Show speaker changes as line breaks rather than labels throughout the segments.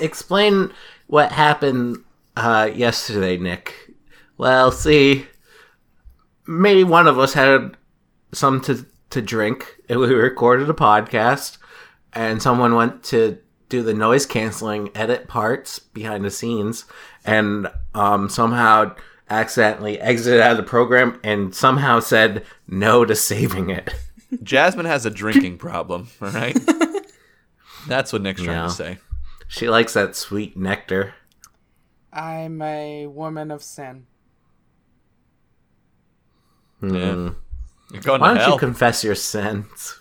explain what happened uh, yesterday, Nick. Well, see, maybe one of us had some to to drink, and we recorded a podcast, and someone went to do the noise canceling edit parts behind the scenes, and um, somehow accidentally exited out of the program, and somehow said no to saving it.
Jasmine has a drinking problem, all right? That's what Nick's trying
Yeah.
to say.
She likes that sweet nectar.
I'm a woman of sin.
Hmm.
You're going
Why
to
don't
hell.
you confess your sins?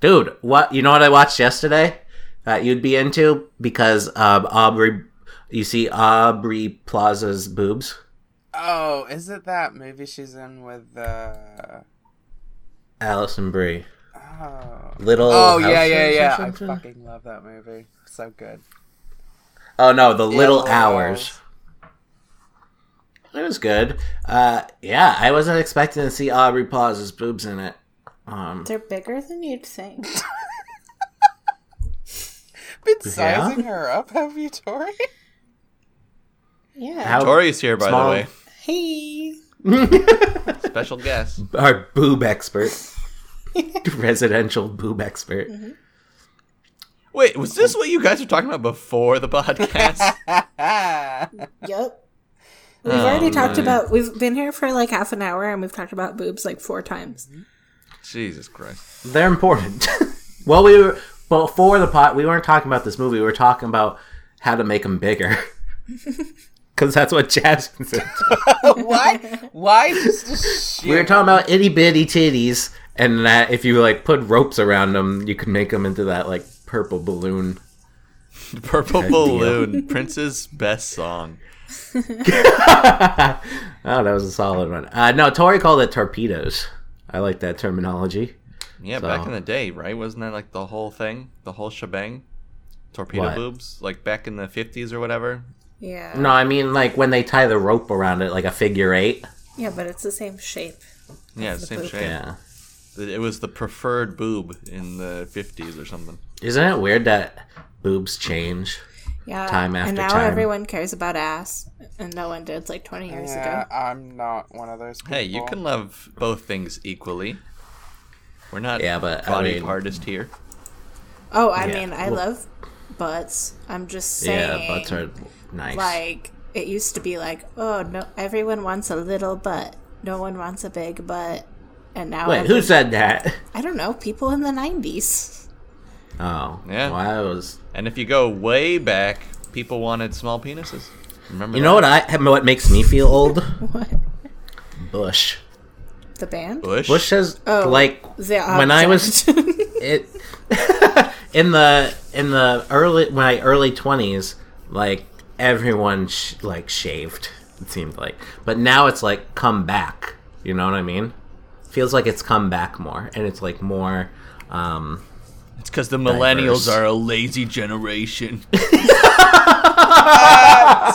Dude, what you know what I watched yesterday that you'd be into because um, Aubrey you see Aubrey Plaza's boobs?
Oh, is it that movie she's in with uh
Allison Brie.
Oh,
Little
oh yeah, yeah,
Houses or
yeah. I
something?
fucking love that movie. So good.
Oh no, the Little
Little
Hours. It was good. Uh yeah, I wasn't expecting to see Aubrey Plaza's boobs in it. Um
They're bigger than you'd think.
Been sizing her up, have you, Tori?
Yeah.
How-
Tori's here, by
Small-
the way.
Hey.
Special guest.
our boob expert. Residential boob expert.
Wait, was this what you guys were talking about before the podcast?
Yep. We've
Oh,
already talked about. We've been here for like half an hour, and we've talked about boobs like four times.
Mm-hmm.
Jesus Christ.
They're important. well, we were before the pot. We weren't talking about this movie. We were talking about how to make them bigger. Because that's what Jasmine said.
Why? Why just a
We were talking about itty bitty titties, and that if you like put ropes around them, you could make them into that like purple balloon.
Purple
deal.
Balloon, Prince's best song.
Oh, that was a solid one. Uh, no, Tori called it torpedoes. I like that terminology.
Yeah, back
So-
in the day, right? Wasn't that like the whole thing? The whole shebang? Torpedo
What?
boobs? Like back in the 50s or whatever?
Yeah.
No, I mean like when they tie the rope around it, like a figure eight.
Yeah, but it's the same shape.
Yeah,
the
same
boob.
shape.
Yeah.
It it was the preferred boob in the 50s or something.
Isn't it weird that boobs change?
Yeah.
Time after
and now
time.
everyone cares about ass, and no one did like 20 years
Yeah,
ago.
I'm not one of those people.
Hey, you can love both things equally. We're not
Yeah, but, I
body
mean-
partist here.
Oh, I
Yeah,
mean, I
well-
love butts. I'm just saying.
Yeah, butts are nice.
Like it used to be like, oh no, everyone wants a little butt. No one wants a big butt. And now
Wait,
every-
who said that?
I don't know, people in the 90s.
Oh,
Yeah.
Well, I was.
And if you go way back, people wanted small penises. Remember
You
that?
know what I? What makes me feel old?
What?
Bush.
The band?
Bush?
Bush says
Oh,
like
The
when I was
object.
it in the in the early my early twenties, like everyone sh- like shaved. It seemed like, but now it's like come back. You know what I mean? Feels like it's come back more, and it's like more. um
It's because the millennials
Diverse.
are a lazy generation.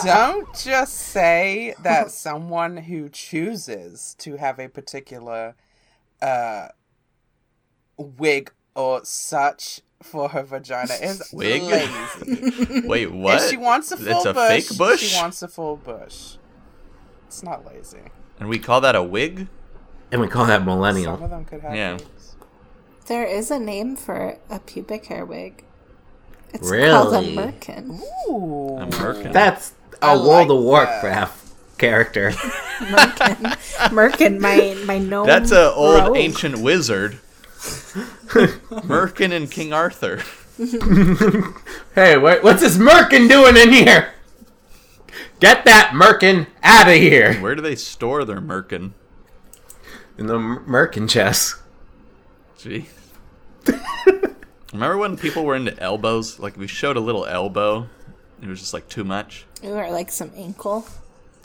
Don't just say that someone who chooses to have a particular uh, wig or such for her vagina is
Wig?
lazy.
Wait, what?
If she wants a full
It's a
bush,
fake bush?
She wants a full bush. It's not lazy.
and we call that a wig?
And we call that
Some
millennial.
of them could have.
Yeah.
wigs.
there is a name for a pubic hair wig. It's called a
Really?
merkin.
Ooh.
A merkin.
That's a
I
World
like
of
that.
Warcraft character.
Merkin. merkin, my my gnome.
That's a old
rogue.
ancient wizard. Merkin and King Arthur.
Hey, what, what's this Merkin doing in here? Get that Merkin out of here!
Where do they store their merkin?
In the M- Merkin chest.
Gee. Remember when people were into elbows? Like we showed a little elbow. It was just like too much.
Ooh, or like some ankle.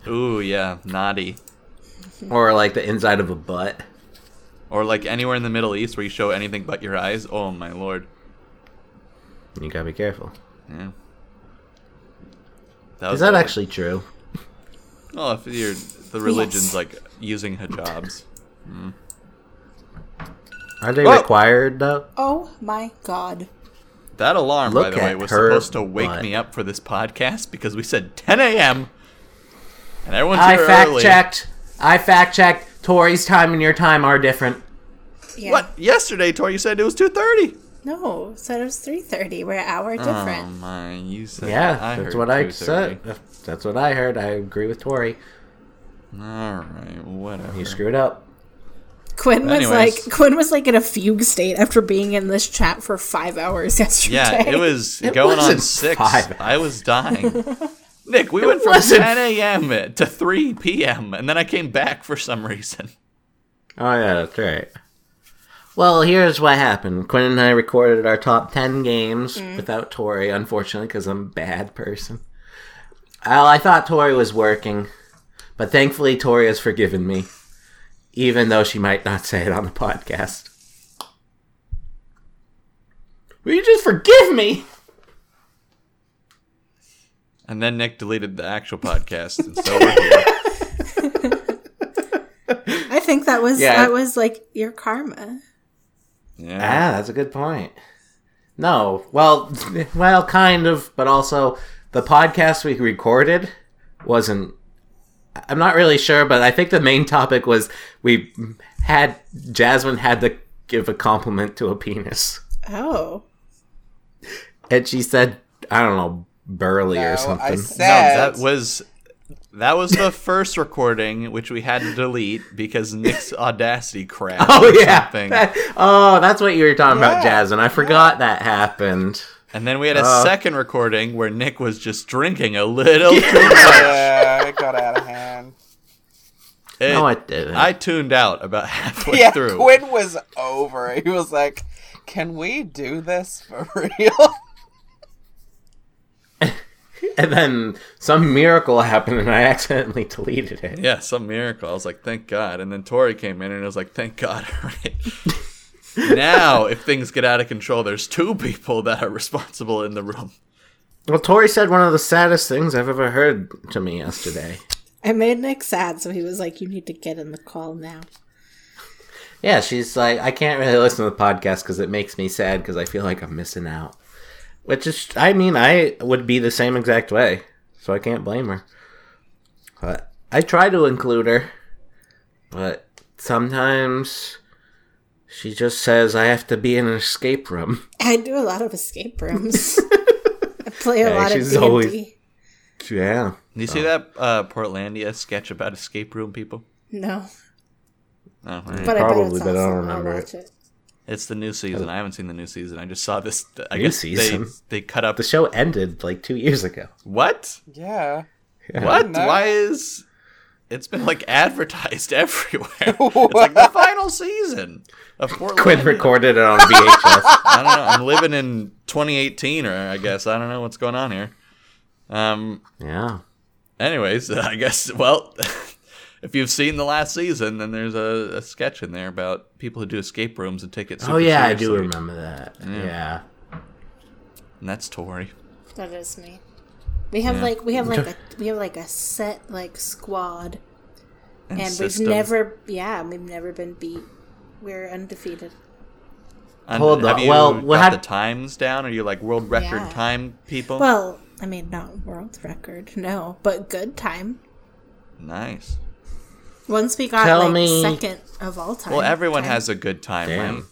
Ooh yeah, naughty.
Or like the inside of a butt.
Or like anywhere in the Middle East where you show anything but your eyes. Oh my lord.
You gotta be careful.
Yeah. That
Is
was
that
a-
actually true?
Oh, if you're the religion's like using hijabs.
Are they
Oh!
required though?
Oh my god.
That alarm, by
Look
the way,
at
was
her
supposed to wake
butt.
me up for this podcast because we said 10 a.m. and everyone's
I
here
fact
early.
checked. I fact checked. Tori's time and your time are different.
Yeah.
What? Yesterday, Tori, you said it was 2:30.
No, said it was three thirty. We're an hour
Oh
different.
my! You said
Yeah,
I
that's
heard
what I
2:30.
said. That's what I heard. I agree with Tori.
All right, whatever.
You screwed up.
Quinn was
Anyways.
like Quinn was like in a fugue state after being in this chat for five hours yesterday.
Yeah, it was
It
going on
wasn't
six.
five.
I was dying. Nick, we went from
wasn't-
10 a.m. to 3 p.m. and then I came back for some reason.
Oh yeah, that's right. Well, here's what happened. Quinn and I recorded our top ten games without Tori, unfortunately, because I'm a bad person. Well, I thought Tori was working, but thankfully Tori has forgiven me, even though she might not say it on the podcast. Will you just forgive me?
And then Nick deleted the actual podcast, and so we're here.
I think that was
Yeah.
that was like your karma.
Yeah.
Ah, that's a good point. No, well, well, kind of, but also the podcast we recorded wasn't. I'm not really sure, but I think the main topic was we had Jasmine had to give a compliment to a penis,
Oh.
and she said, "I don't know, burly
No,
or something."
I
No,
said
that was that was the first recording which we had to delete because Nick's audacity crashed.
oh
or
yeah,
something.
That- oh, that's what you were talking about,
Yeah,
Jasmine. I forgot that happened.
And then we had a
Uh.
second recording where Nick was just drinking a little too much.
yeah, it got out of hand.
It-
no, it didn't.
I tuned out about halfway
yeah,
through.
Quinn was over. it. He was like, "Can we do this for real?"
and then some miracle happened, and I accidentally deleted it.
Yeah, some miracle. I was like, thank God. And then Tori came in and I was like, thank God. All right. now, if things get out of control, there's two people that are responsible in the room.
Well, Tori said one of the saddest things I've ever heard to me yesterday.
I made Nick sad, so he was like, You need to get in the call now.
Yeah, she's like, I can't really listen to the podcast because it makes me sad because I feel like I'm missing out. Which is, I mean, I would be the same exact way, so I can't blame her. But I try to include her, but sometimes she just says I have to be in an escape room.
I do a lot of escape rooms. I play a
Yeah,
lot
she's
of D&D.
always- Yeah.
You see that uh, Portlandia sketch about escape room people?
No.
Oh, all right.
But I bet
Probably,
it's
but I don't
awesome.
remember
I'll
it.
watch it.
It's the new season. I haven't seen the new season. I just saw this. I
New
guess
season?
They, they cut up.
The show ended like two years ago.
what?
yeah.
What?
No.
Why is. It's been like advertised everywhere. it's like the final season of Portlandia.
Quinn recorded it on VHS.
I don't know. I'm living in 2018, or I guess I don't know what's going on here. Um.
yeah.
Anyways, I guess well, if you've seen the last season, then there's a, a sketch in there about people who do escape rooms and take it. Super
Oh yeah, I do
seriously.
remember that. Yeah.
And that's Tori.
That is me. We have
Yeah.
like we have like a we have like a set like squad
And,
and
system.
we've never yeah, we've never been beat. We're undefeated.
And
Hold
have
on.
You
Well,
got
we'll have-
the times down. Are you like world record
Yeah.
time people?
Well, I mean not world record, no, but good time.
nice.
Once we got
Tell
like
me-
second of all time.
Well, everyone
time-
has a good time,
Damn.
right?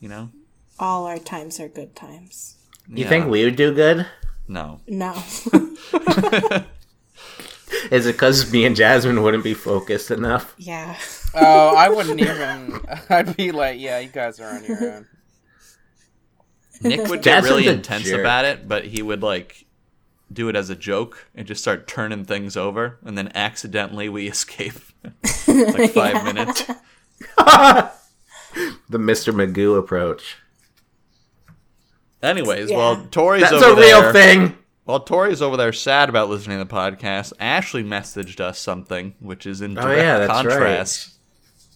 You know.
all our times are good times.
You
Yeah.
think we would do good?
No.
No.
Is it because me and Jasmine wouldn't be focused enough?
yeah.
Oh, I wouldn't even. I'd be like, "Yeah, you guys are on your own."
Nick would get
Jason's
really
a
intense
jerk.
about it, but he would like do it as a joke and just start turning things over, and then accidentally we escape. It's like five minutes.
The Mr. Magoo approach.
Anyways,
Yeah.
while Tori's
That's
over
a real
there,
thing.
while Tori's over there sad about listening to the podcast, Ashley messaged us something which is in
Oh,
direct
yeah, that's right.
contrast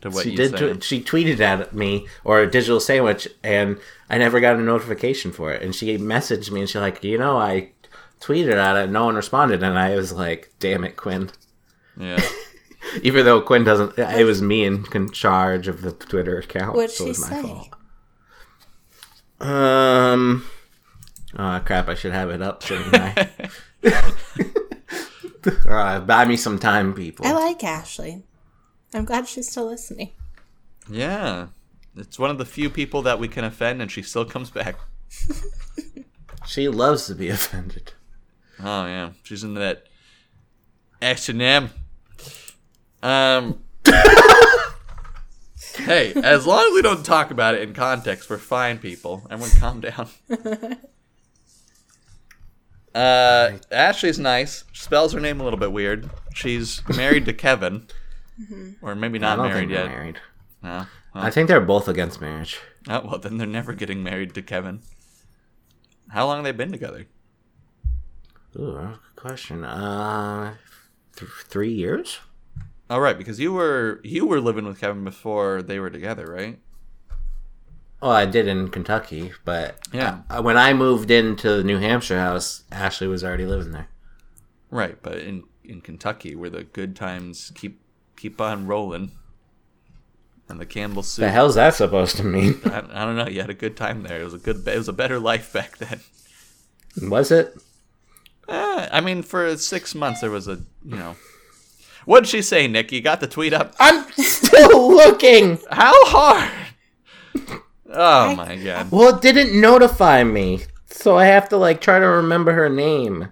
to what
She
you
did.
said.
tw she tweeted at me or a digital sandwich, and I never got a notification for it. And she messaged me, and she's like, you know, I tweeted at it, and no one responded, and I was like, damn it, Quinn.
yeah.
Even though Quinn doesn't, it was me in con- charge of the Twitter account.
What'd
so it
she
was my
say?
fault. Um, Oh crap! I should have it up, shouldn't I? uh, buy me some time, people.
I like Ashley. I'm glad she's still listening.
Yeah. It's one of the few people that we can offend and she still comes back.
she loves to be offended.
Oh yeah. She's into that S&M. Um Hey, as long as we don't talk about it in context, we're fine people. Everyone calm down. Uh Ashley's nice. She spells her name a little bit weird. She's married to Kevin. Or maybe not
I don't
married
think they're
yet.
married.
No. Well,
I think they're both against marriage.
oh, well, then they're never getting married to Kevin. How long have they been together?
Ooh, that's a good question. Uh, th- three years?
All Oh, right, because you were you were living with Kevin before they were together, right?
Well, Oh, I did in Kentucky, but
Yeah.
uh, when I moved into the New Hampshire house, Ashley was already living there.
Right, but in in Kentucky, where the good times keep keep on rolling, and the Campbell soup.
The hell's that supposed to mean?
I, I don't know. You had a good time there. It was a good. It was a better life back then.
was it?
Eh, I mean, for six months there was a you know. What'd she say, Nick? You got the tweet up.
I'm still looking.
How hard? Oh my god.
Well, it didn't notify me, so I have to like try to remember her name.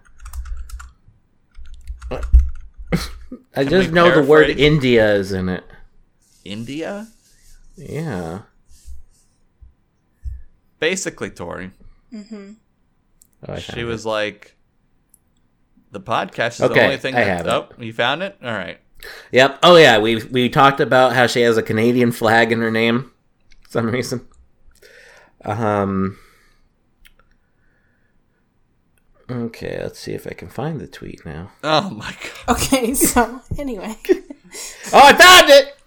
I just
we
know the word
paraphrase?
India is in it.
India?
Yeah.
Basically, Tori.
Oh, I
She
found
was like, "The podcast is the
Okay,
only thing."
I
That,
have it.
oh, you found it. All right.
it. Yep. Oh yeah, we we talked about how she has a Canadian flag in her name for some reason. Um Okay, let's see if I can find the tweet now.
Oh my god.
Okay, so anyway.
Oh, I found it!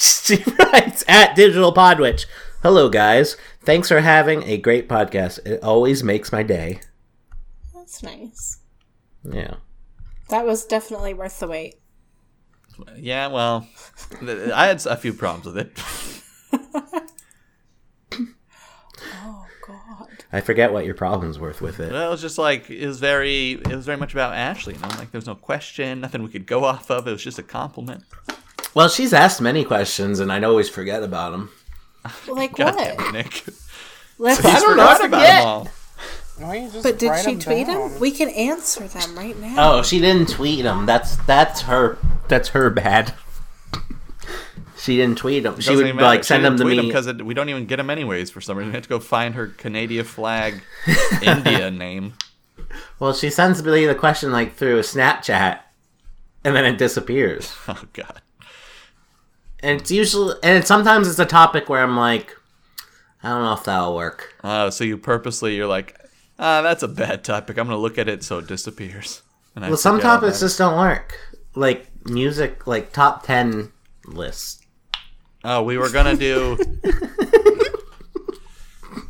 She writes at Digital Podwitch. Hello, guys. Thanks for having a great podcast. It always makes my day.
That's nice.
Yeah.
That was definitely worth the wait.
Yeah. Well, th- I had a few problems with it.
Oh, God.
I forget what your problem's worth with it.
But it was just like it was very, it was very much about Ashley. You know, like there was no question, nothing we could go off of. It was just a compliment.
Well, she's asked many questions, and I'd always forget about them.
Like,
God damn
what?
it, Nick.
Let's,
I don't know, I
Forgot about
forget.
them all.
Why don't you just
but did
write
she
'em
tweet
down?
him? We can answer them right now.
Oh, she didn't tweet them. That's that's her. That's her bad. she didn't tweet them. She
Doesn't
would
even matter.
like send them to me.
because we don't even get them anyways for some reason. We have to go find her Canadian flag, India name.
well, she sends me the question like through Snapchat, and then it disappears.
Oh God.
and it's usually and it's, sometimes it's a topic where I'm like, I don't know if that'll work.
Oh, so you purposely you're like, ah, that's a bad topic. I'm gonna look at it so it disappears. And I
Well, some
forget all
topics
about it.
just don't work. Like music, like top ten lists.
Oh, we were gonna do.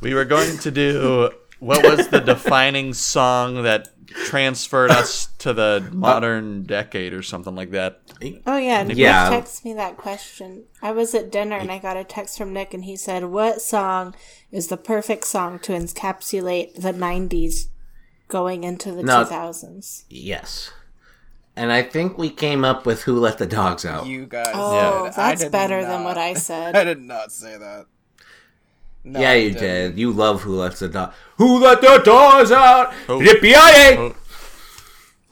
we were going to do. What was the defining song that transferred us to the modern decade or something like that?
Oh, yeah. Nick
Yeah.
texted me that question. I was at dinner and I got a text from Nick and he said, What song is the perfect song to encapsulate the 90s going into the
No.
2000s?
Yes, and I think we came up with "Who Let the Dogs Out."
You guys.
Oh,
did. I
that's
did
better
not.
than what I
I
said.
did not say that. No,
yeah,
I
you
didn't.
did. You love "Who Let the Dog." Who let the dogs out?
Oh.
Yippee-yi-yi!
Oh.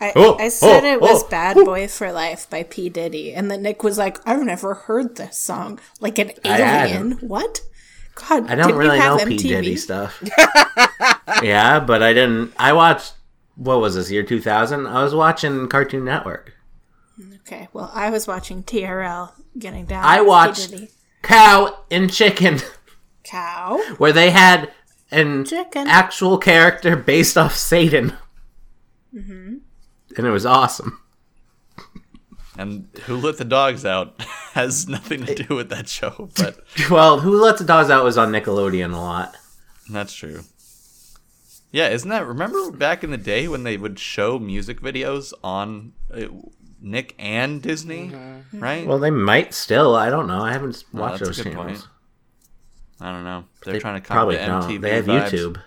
I,
Oh,
I said
oh,
it was
oh,
Bad Boy for Life by P. Diddy, and then Nick was like, I've never heard this song. Like an
I
alien.
hadn't.
What? God,
I don't
didn't
really
you
know
have
P
MTV?
Diddy stuff. yeah, but I didn't. I watched. What was this year? Two thousand. I was watching Cartoon Network.
Okay, well, I was watching TRL getting down.
I
with P.
watched-
Diddy.
Cow and Chicken.
Cow.
where they had an
Chicken.
actual character based off Satan. And it was awesome.
And Who Let the Dogs Out has nothing to do with that show, but
Well, Who Let the Dogs Out was on Nickelodeon a lot.
that's true. Yeah, isn't that? Remember back in the day when they would show music videos on uh, Nick and Disney, right?
Well, they might still. I don't know. I haven't watched
that's a
those
good point.
channels.
I don't know. They're
They
trying to copy
probably
the
don't.
MTV
They have
vibes.
YouTube.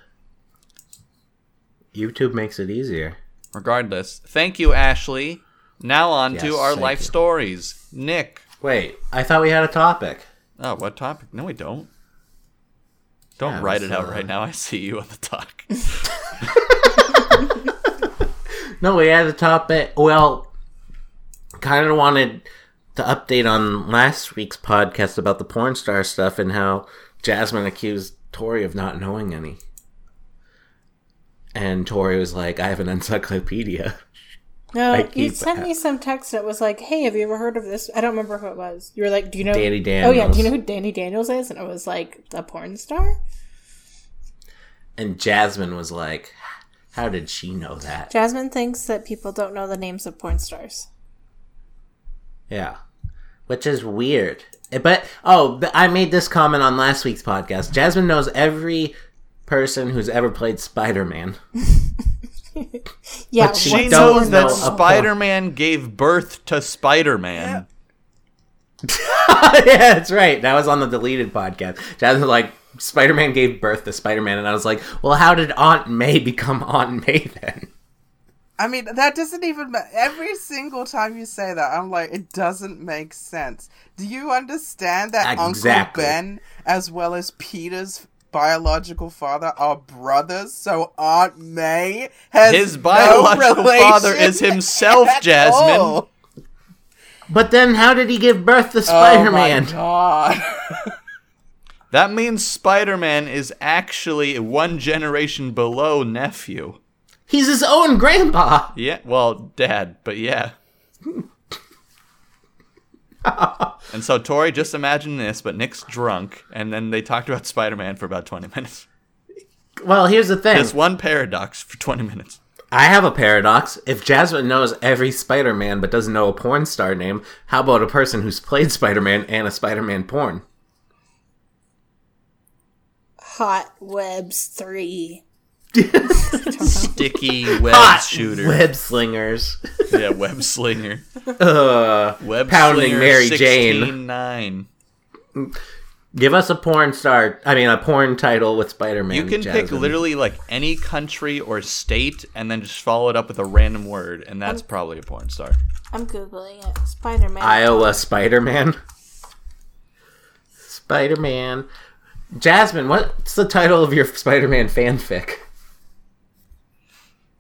YouTube makes it easier.
Regardless, thank you, Ashley. Now on
Yes,
to our
thank
life
you.
stories. Nick.
Wait, I thought we had a topic.
Oh, what topic? No, we don't. Don't
Yeah,
write
that's,
it out
uh,
right now. I see you on the talk.
No, we had a topic. eh, Well, kind of wanted to update on last week's podcast about the porn star stuff and how Jasmine accused Tori of not knowing any. And Tori was like, I have an encyclopedia.
No,
I
you
keep-
sent me some text that was like, "Hey, have you ever heard of this?" I don't remember who it was. You were like, "Do you know
Danny
Oh yeah, do
Daniels.
you know who Danny Daniels is? And I was like, "A porn star."
And Jasmine was like, How did she know that?
Jasmine thinks that people don't know the names of porn stars.
Yeah. Which is weird. But, oh, but I made this comment on last week's podcast. Jasmine knows every person who's ever played Spider Man.
Yeah,
But she
what's
she
don't
knows
going
that
know.
on?
Spider Man gave birth to Spider Man.
yeah, that's right. That was on the deleted podcast. Jasmine was like Spider Man gave birth to Spider Man, and I was like, well, how did Aunt May become Aunt May then?
I mean, that doesn't even ma- every single time you say that, I'm like, it doesn't make sense. Do you understand that
Exactly.
Uncle Ben, as well as Peter's biological father, are brothers? So Aunt May has
His
no
biological father
relation
is himself,
at
Jasmine.
all.
But then, how did he give birth to
Oh
Spider
my
Man?
god!
That means Spider Man is actually one generation below nephew.
He's his own grandpa.
Yeah, well, dad, but yeah. and so, Tori, just imagine this, but Nick's drunk, and then they talked about Spider Man for about 20 minutes.
Well, here's the thing.
It's one paradox for 20 minutes.
I have a paradox. If Jasmine knows every Spider Man but doesn't know a porn star name, how about a person who's played Spider Man and a Spider Man porn?
Hot Webs Three.
Sticky web
Hot
shooter.
Web slingers.
Yeah, web slinger.
Ugh.
Web
Pounding
slinger
Mary Jane.
16-9.
Give us a porn star. I mean, a porn title with Spider Man.
You can pick literally like any country or state and then just follow it up with a random word, and
Um,
that's probably a porn star.
I'm googling it. Spider Man.
Iowa Spider Man. Spider Man. Jasmine, what's the title of your Spider Man fanfic?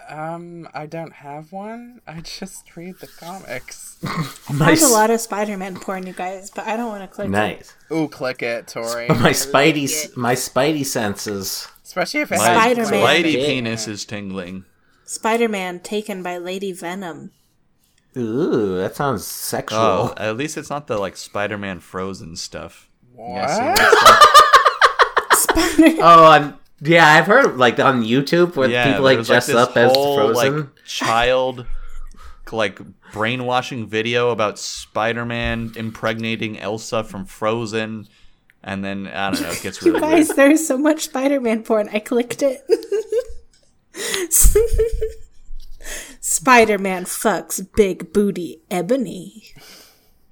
um, I don't have one. I just read the comics.
There's a
My,
lot of Spider Man porn, you guys, but I don't want to click. it.
nice.
Ooh, click it, Tori.
My Spidey, my Spidey senses.
Especially if it
My
has
Spider-Man.
Lady
Yeah.
penis is tingling.
Spider Man taken by Lady Venom.
Ooh, that sounds sexual.
Oh, at least it's not the like Spider-Man Frozen stuff.
What?
Spider
Oh, I'm, yeah, I've heard like on YouTube where
Yeah,
people
there
like
was,
dress
this
up as
whole,
Frozen.
like child, like brainwashing video about Spider-Man impregnating Elsa from Frozen, and then I don't know, it gets
Oh,
really weird.
guys, there's so much Spider Man porn. I clicked it. Spider Man fucks big booty ebony.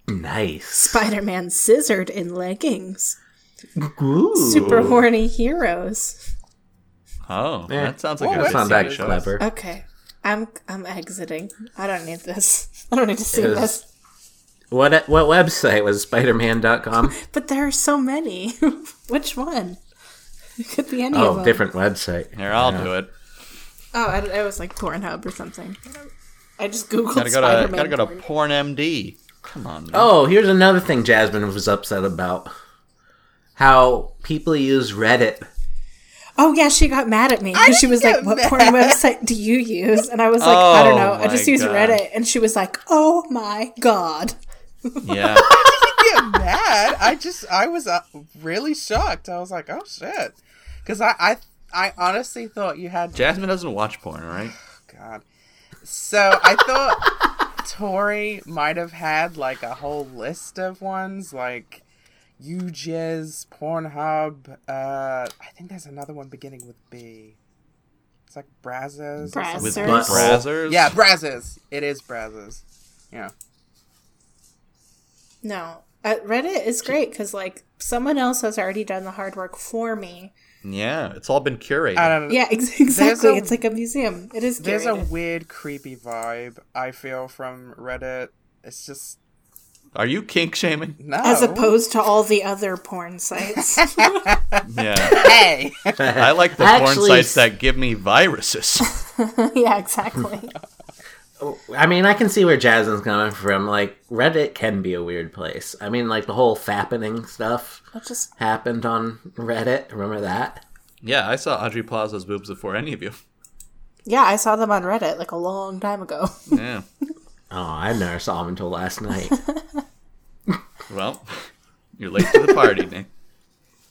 nice.
Spider Man scissored in leggings.
Ooh.
Super horny heroes.
Oh,
Eh,
that sounds like
well,
a
That's not that
TV show.
clever.
Okay. I'm I'm exiting. I don't need this. I don't need to see
Is-
this.
What what website was spiderman.com?
But there are so many. Which one? It could be any of
Oh,
them.
different website.
Here, I'll do it.
Oh, I, it was like Pornhub or something. I just googled
Gotta go to
Spider-Man.
gotta go to
porn.
PornMD. Come on. man.
Oh, here's another thing Jasmine was upset about. How people use Reddit.
Oh yeah, she got mad at me because she was like, "What porn website do you use?" And I was like, "I don't
Oh
know. I
my
just use
God.
Reddit." And she was like, "Oh my god."
Yeah.
get mad. I just I was uh, really shocked. I was like, oh shit, because I, I I honestly thought you had
Jasmine doesn't watch porn, all right?
God. So I thought Tori might have had like a whole list of ones like UJizz, Pornhub. Uh, I think there's another one beginning with B. It's like Brazzers. or something.
With
Brazzers.
butt
Brazzers?
Yeah, Brazzers. It is Brazzers. Yeah.
No, uh, Reddit is great because like someone else has already done the hard work for me,
Yeah, it's all been curated.
I don't know.
Yeah, ex- exactly.
a-
it's like a museum. It is
There's a
curated.
weird, creepy vibe I feel from Reddit. It's just
Are you kink shaming?
no.
as opposed to all the other porn sites.
Yeah.
hey,
I like the porn
Actually,
sites that give me viruses.
yeah, exactly.
I mean, I can see where Jasmine's coming from. Like, Reddit can be a weird place. I mean, like the whole fappening stuff
It just
happened on Reddit. Remember that?
yeah, I saw Audrey Plaza's boobs before any of you.
yeah, I saw them on Reddit like a long time ago.
Yeah.
Oh, I never saw him until last night.
Well, you're late to the party, Nick.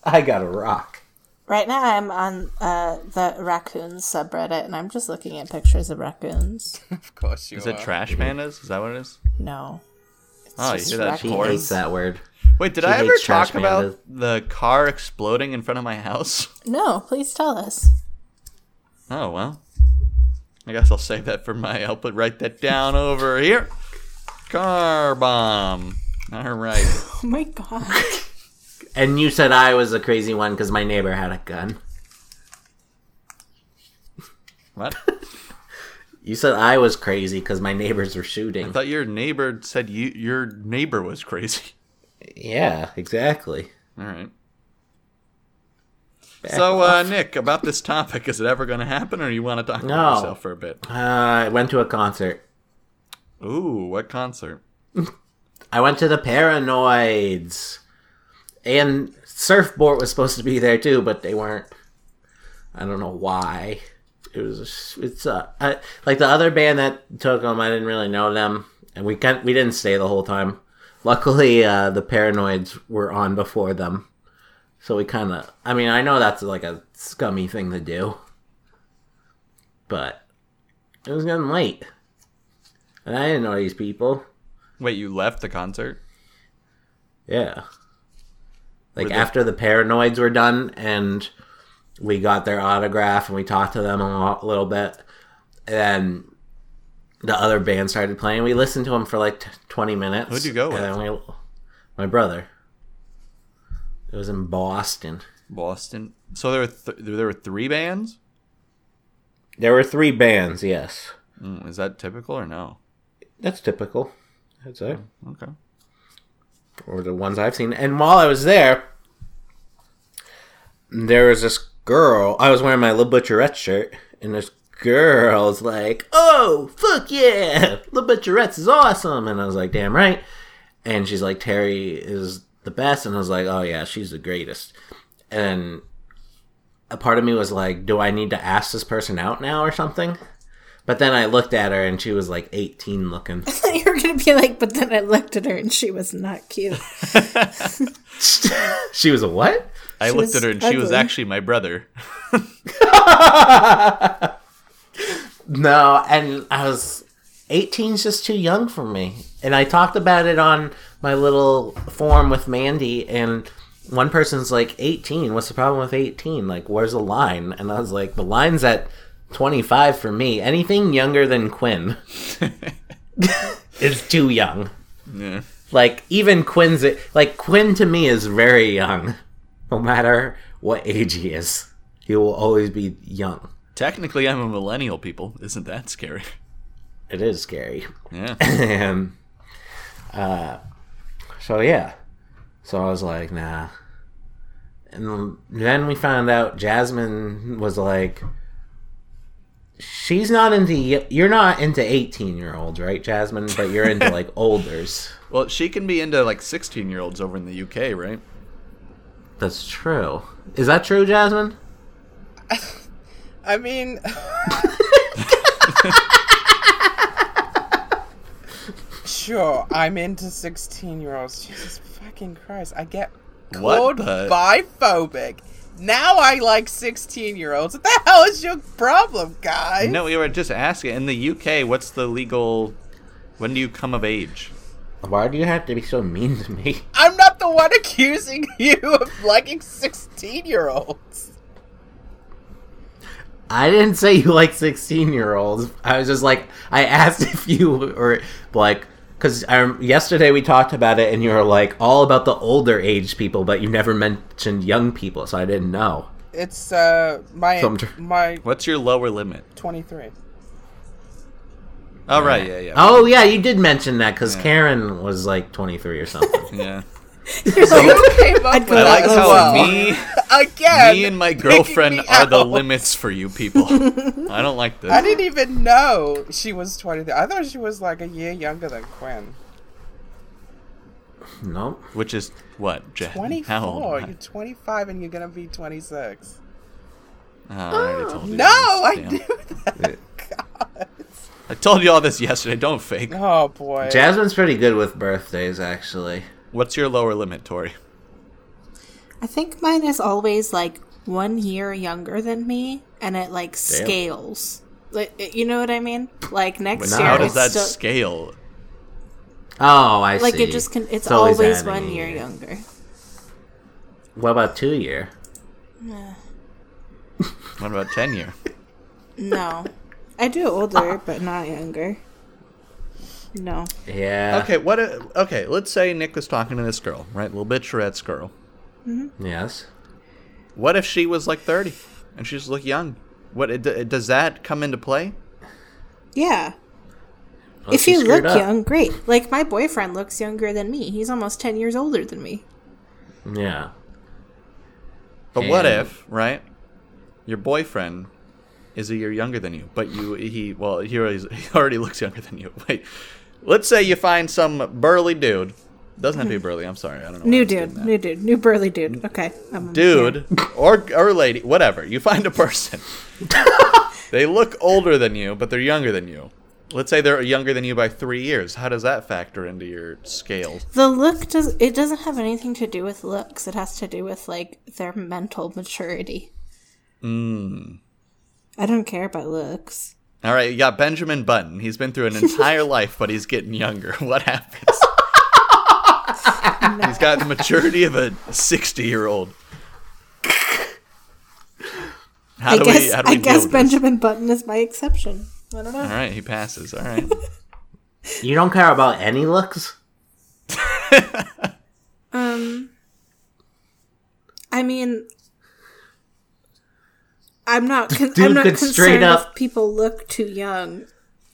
I got a rock.
right now, I'm on uh, the raccoons subreddit, and I'm just looking at pictures of raccoons.
of course you
Is
are.
it trash pandas? Is that what it is?
No,
Oh, you
just
hear that
He
raccoons.
chorus?
hates that word.
Wait, did
She
I ever
hates trash
talk about the car exploding in front of my house?
no, please tell us.
Oh, well. I guess I'll save that for my. I'll put write that down over here. Car bomb. All right.
Oh my god.
And you said I was a crazy one because my neighbor had a gun.
What?
You said I was crazy because my neighbors were
I
shooting.
thought your neighbor said you your neighbor was crazy.
Yeah, exactly.
All right. so, uh, Nick, about this topic, is it ever going to happen, or you want to talk about
No.
yourself for a bit?
Uh, I went to a concert.
Ooh, what concert?
I went to the Paranoids. And Surfboard was supposed to be there too, but they weren't. I don't know why. It was it's uh I, like the other band that took them. I didn't really know them, and we can we didn't stay the whole time. Luckily, uh, the Paranoids were on before them, so we kind of. I mean, I know that's like a scummy thing to do, but it was getting late, and I didn't know these people.
Wait, you left the concert?
Yeah. Like
Were they-
after the Paranoids were done and we got their autograph and we talked to them a lo- little bit, and the other band started playing. We listened to them for like t- 20 minutes.
Who'd you go with?
And then we, my brother. It was in Boston.
Boston. So there were th- there were three bands.
There were three bands, yes.
Mm, is that typical or no?
That's typical, I'd say.
Okay.
or the ones I've seen. And while I was there, there was this girl. I was wearing my Little Butcherette shirt, and this girl's like, "Oh, fuck yeah, Little Butcherette's is awesome!" And I was like, "Damn right." And she's like, "Terry is the best," and I was like, "Oh yeah, she's the greatest." And a part of me was like, "Do I need to ask this person out now or something?" But then I looked at her, and she was like 18 looking.
you were gonna be like, but then I looked at her and she was not cute.
she was a what?
I looked
was
at her and she was
ugly.
actually my brother.
No, and I was 18's just too young for me. And I talked about it on my little forum with Mandy and one person's like 18, what's the problem with 18? Like where's the line? And I was like the line's at 25 for me. Anything younger than Quinn is too young.
Yeah.
Like even Quinn's like Quinn to me is very young no matter what age he is. He will always be young.
Technically, I'm a millennial. People, isn't that scary?
It is scary.
Yeah.
and uh, so yeah, so I was like, nah. And then we found out Jasmine was like, she's not into y- you're not into eighteen year olds, right, Jasmine? But you're into like olders.
Well, she can be into like 16 year olds over in the UK, right?
That's true. Is that true, Jasmine?
I mean, sure, I'm into 16 year olds. Jesus fucking Christ. I get
What
called
the-
biphobic. Now I like 16 year olds. What the hell is your problem, guy?
No, we were just asking. In the UK, what's the legal? When do you come of age?
Why do you have to be so mean to me?
I'm not the one accusing you of liking 16 year olds.
I didn't say you like 16 year olds. I was just like, I asked if you were like, because yesterday we talked about it and you were like all about the older age people, but you never mentioned young people, so I didn't know.
It's uh my
Some dr-
my
What's your lower limit?
twenty three.
All right, yeah, yeah.
Oh yeah, you did mention that because Karen was like 23 or something.
Yeah.
You came up
I'd
with
go
I
that
like
as
how
well.
me,
again.
me and my
picking
girlfriend
me
are the
out.
limits for you people. I don't like this.
I didn't even know she was twenty three. I thought she was like a year younger than Quinn.
Nope.
Which is what, Jen?
Twenty
How old
four.
am I?
You're twenty five and you're gonna be twenty six.
Oh, I already told you
No,
this.
I
Damn.
knew that.
I told you all this yesterday. Don't fake.
Oh boy.
Jasmine's pretty good with birthdays, actually.
What's your lower limit, Tori?
I think mine is always like one year younger than me, and it like scales. Like it- you know what I mean? Like next
now
year,
How
it's
does that
still,
scale?
Oh, I
like
see.
it just can. It's
So is
always,
that
one
a-
year younger.
What about two year?
What about ten year?
No, I do older, but not younger. No,
Yeah.
Okay, what? A, okay, let's say Nick was talking to this girl, right? Little bitcherette's girl.
Yes.
What if she was like thirty and she just looked young? What it, it- does that come into play?
yeah.
Well,
if
she
you
screwed
look
up.
young, great. Like my boyfriend looks younger than me. He's almost ten years older than me.
Yeah.
But what
And-
if, right? Your boyfriend is a year younger than you, but you he well he already, he already looks younger than you. Wait, let's say you find some burly dude. Doesn't have to be burly. I'm sorry. I don't know. why I
New
was doing
dude,
that.
new dude, new burly dude. Okay, I'm
dude or or lady, whatever. You find a person. they look older than you, but they're younger than you. Let's say they're younger than you by three years. How does that factor into your scale?
The look does it doesn't have anything to do with looks. It has to do with like their mental maturity.
Hmm.
Mm. I don't care about looks.
All right, you got Benjamin Button. He's been through an entire life, but he's getting younger. What happens? he's got the maturity of a sixty-year-old. How
I
do
guess
we? How do
I
we deal
guess
with
Benjamin Button is my exception. I don't
This?
know.
All right, he passes. All right.
You don't care about any looks?
Um I mean I'm not con-
Dude
I'm not
could
concerned
straight
if
up-
people look too young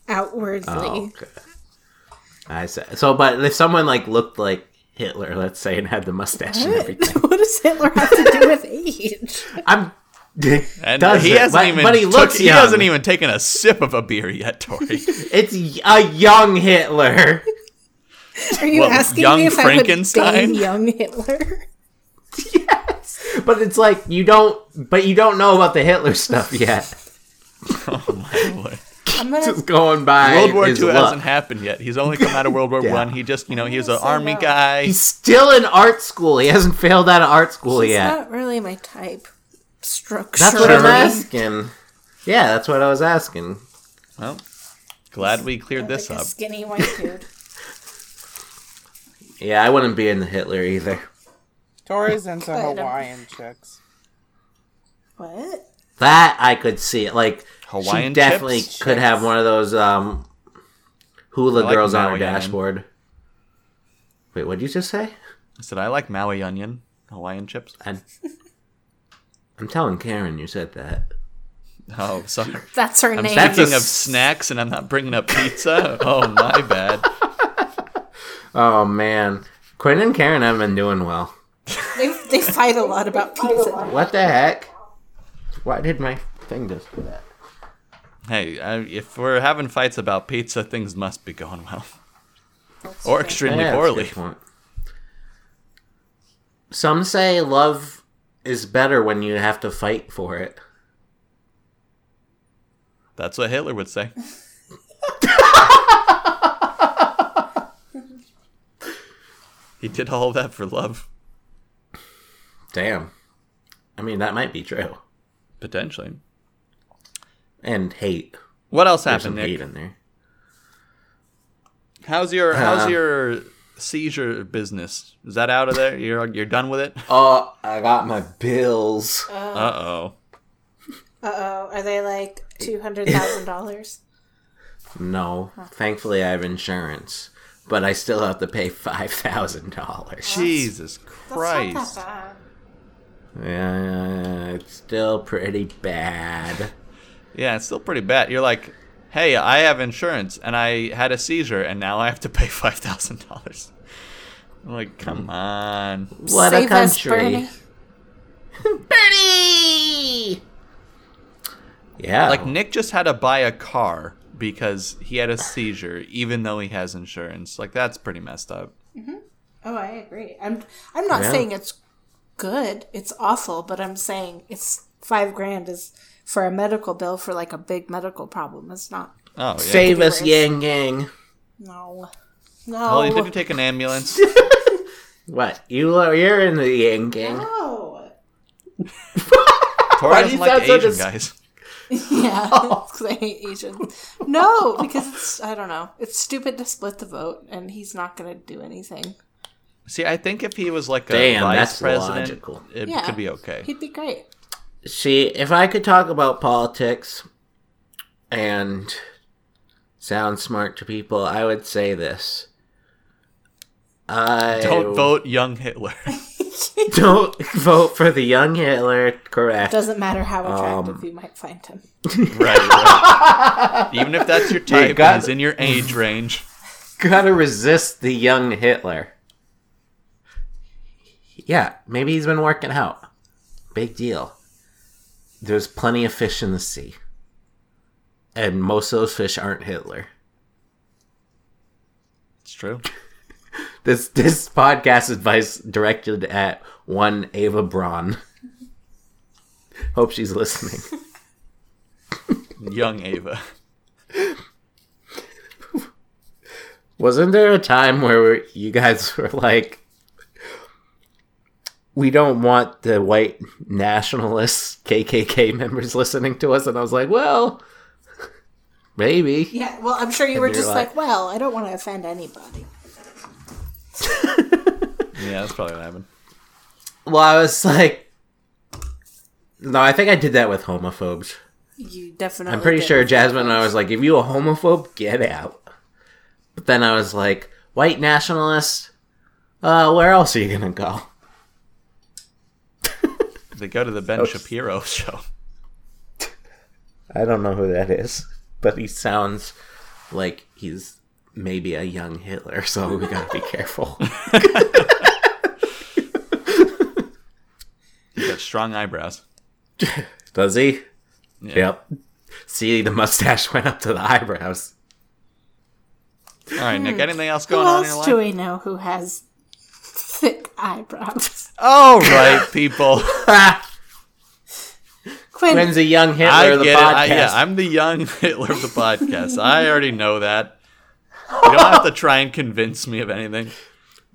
outwardly.
Oh, okay. I see. So, but if someone like looked like Hitler, let's say, and had the mustache and everything,
what does Hitler have to do with age?
I'm.
And
does
he
it,
hasn't
but,
even
but he
took-
looks
he
young.
hasn't even taken a sip of a beer yet, Tori.
It's y- a young Hitler.
Are you
What,
asking
young
me if I
Frankenstein?
would date young Hitler?
yes, but it's like you don't. But you don't know about the Hitler stuff yet.
oh my lord.
I'm gonna
Just going by
World War
his
II
look.
hasn't happened yet. He's only come out of World War
Yeah.
One. He just, you know, he was an army guy.
He's still in art school. He hasn't failed out of art school
It's
yet.
not really my type. Structure.
That's what I'm asking. Yeah, that's what I was asking.
Well, glad we cleared this
like
up.
a skinny white dude.
Yeah, I wouldn't be into Hitler either.
Tori's into
Good.
Hawaiian chicks.
what?
That I could see. Like
Hawaiian
she definitely
chips?
could have one of those um hula
I like
girls on her
Maui onion.
dashboard. Wait, what'd you just say?
I said I like Maui onion, Hawaiian chips.
I, I'm telling Karen you said that.
Oh, sorry.
That's her
I'm
name.
That's
thinking
a
of
s-
snacks, and I'm not bringing up pizza. oh my bad.
Oh man, Quinn and Karen haven't been doing well.
they, they fight a lot about pizza.
What the heck? Why did my thing just do that?
Hey, I, if we're having fights about pizza, things must be going well, or extremely
Yeah, that's a
poorly.
good point. Some say love is better when you have to fight for it.
That's what Hitler would say. he did all that for love,
Damn. I mean, that might be true.
potentially.
And hate.
What else
There's some
happened,
hate
Nick?
in there.
How's your How's
Uh,
your seizure business? Is that out of there? You're You're done with it?
Oh, I got my bills.
Uh oh.
Uh oh. Are they like two hundred thousand dollars?
No, thankfully I have insurance, but I still have to pay five thousand dollars.
Jesus Christ!
bad.
Uh, it's still pretty bad.
Yeah, it's still pretty bad. You're like, hey, I have insurance and I had a seizure and now I have to pay five thousand dollars. I'm like, come on.
What a
Save us,
country.
Bernie.
Bernie! Yeah.
Like Nick just had to buy a car because he had a seizure, even though he has insurance. Like that's pretty messed up.
Oh, I agree. I'm I'm not
Yeah.
saying it's good. It's awful, but I'm saying it's five grand is for a medical bill for like a big medical problem. It's not.
Oh yeah.
Save us,
worse.
Yang Yang.
No.
well, he
No.
didn't take an ambulance.
What? You are, you're in the Yang Gang.
No.
Tori
Why do you
doesn't like
sound so
Asian
dis-
guys.
Yeah, because I hate Asians. No, because it's I don't know. It's stupid to split the vote, and he's not going to do anything.
See, I think if he was like a
Damn,
vice
that's
president,
logical.
it
Yeah.
could be okay.
He'd be great.
See, if I could talk about politics and sound smart to people, I would say this. I
Don't vote young Hitler.
Don't vote for the young Hitler. Correct.
Doesn't matter how attractive
Um,
you might find him.
right, right. Even if that's your type, and
got-
he's in your age range.
Gotta resist the young Hitler. Yeah, maybe he's been working out. Big deal. There's plenty of fish in the sea. And most of those fish aren't Hitler.
It's true.
This this podcast advice directed at one Ava Braun. Hope she's listening.
Young Ava.
Wasn't there a time where you guys were like, we don't want the white nationalist KKK members listening to us? And I was like, well, maybe.
Yeah. Well, I'm sure you were
you're
just
like-
like, well, I don't want to offend anybody.
Yeah, that's probably what happened.
Well, I was like, no, I think I did that with homophobes.
You definitely.
I'm pretty
did.
sure Jasmine and I was like, if you a homophobe, get out. But then I was like, white nationalist, uh, where else are you gonna go?
They go to the Ben Shapiro show.
I don't know who that is, but he sounds like he's maybe a young Hitler, so we gotta be careful.
He's got strong eyebrows.
Does he?
Yeah.
Yep. See, the mustache went up to the eyebrows.
All right, Nick. Anything else
Hmm. Who
going on in your
else
life?
do we know who has thick eyebrows?
All right, people.
Quinn.
When's a young Hitler
I
of the
get it.
podcast?
I, yeah, I'm the young Hitler of the podcast. I already know that. You don't have to try and convince me of anything.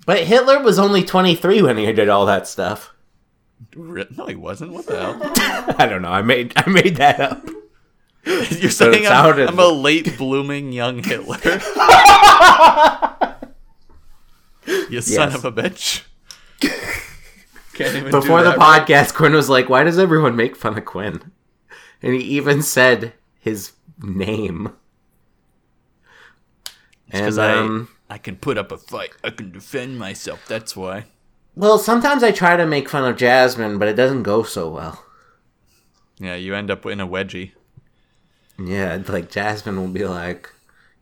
But Hitler was only 23 when he did all that stuff.
Re- No, he wasn't. What the hell?
I don't know. I made I made that up.
You're saying
it
I'm,
sounded
I'm a late blooming young Hitler? you son
Yes.
of a bitch. Can't even do
Before the
that.
podcast, Quinn was like, "Why does everyone make fun of Quinn?" And he even said his name.
Because
And
I,
um,
I can put up a fight. I can defend myself. That's why.
Well, sometimes I try to make fun of Jasmine, but it doesn't go so well.
Yeah, you end up in a wedgie.
Yeah, like Jasmine will be like,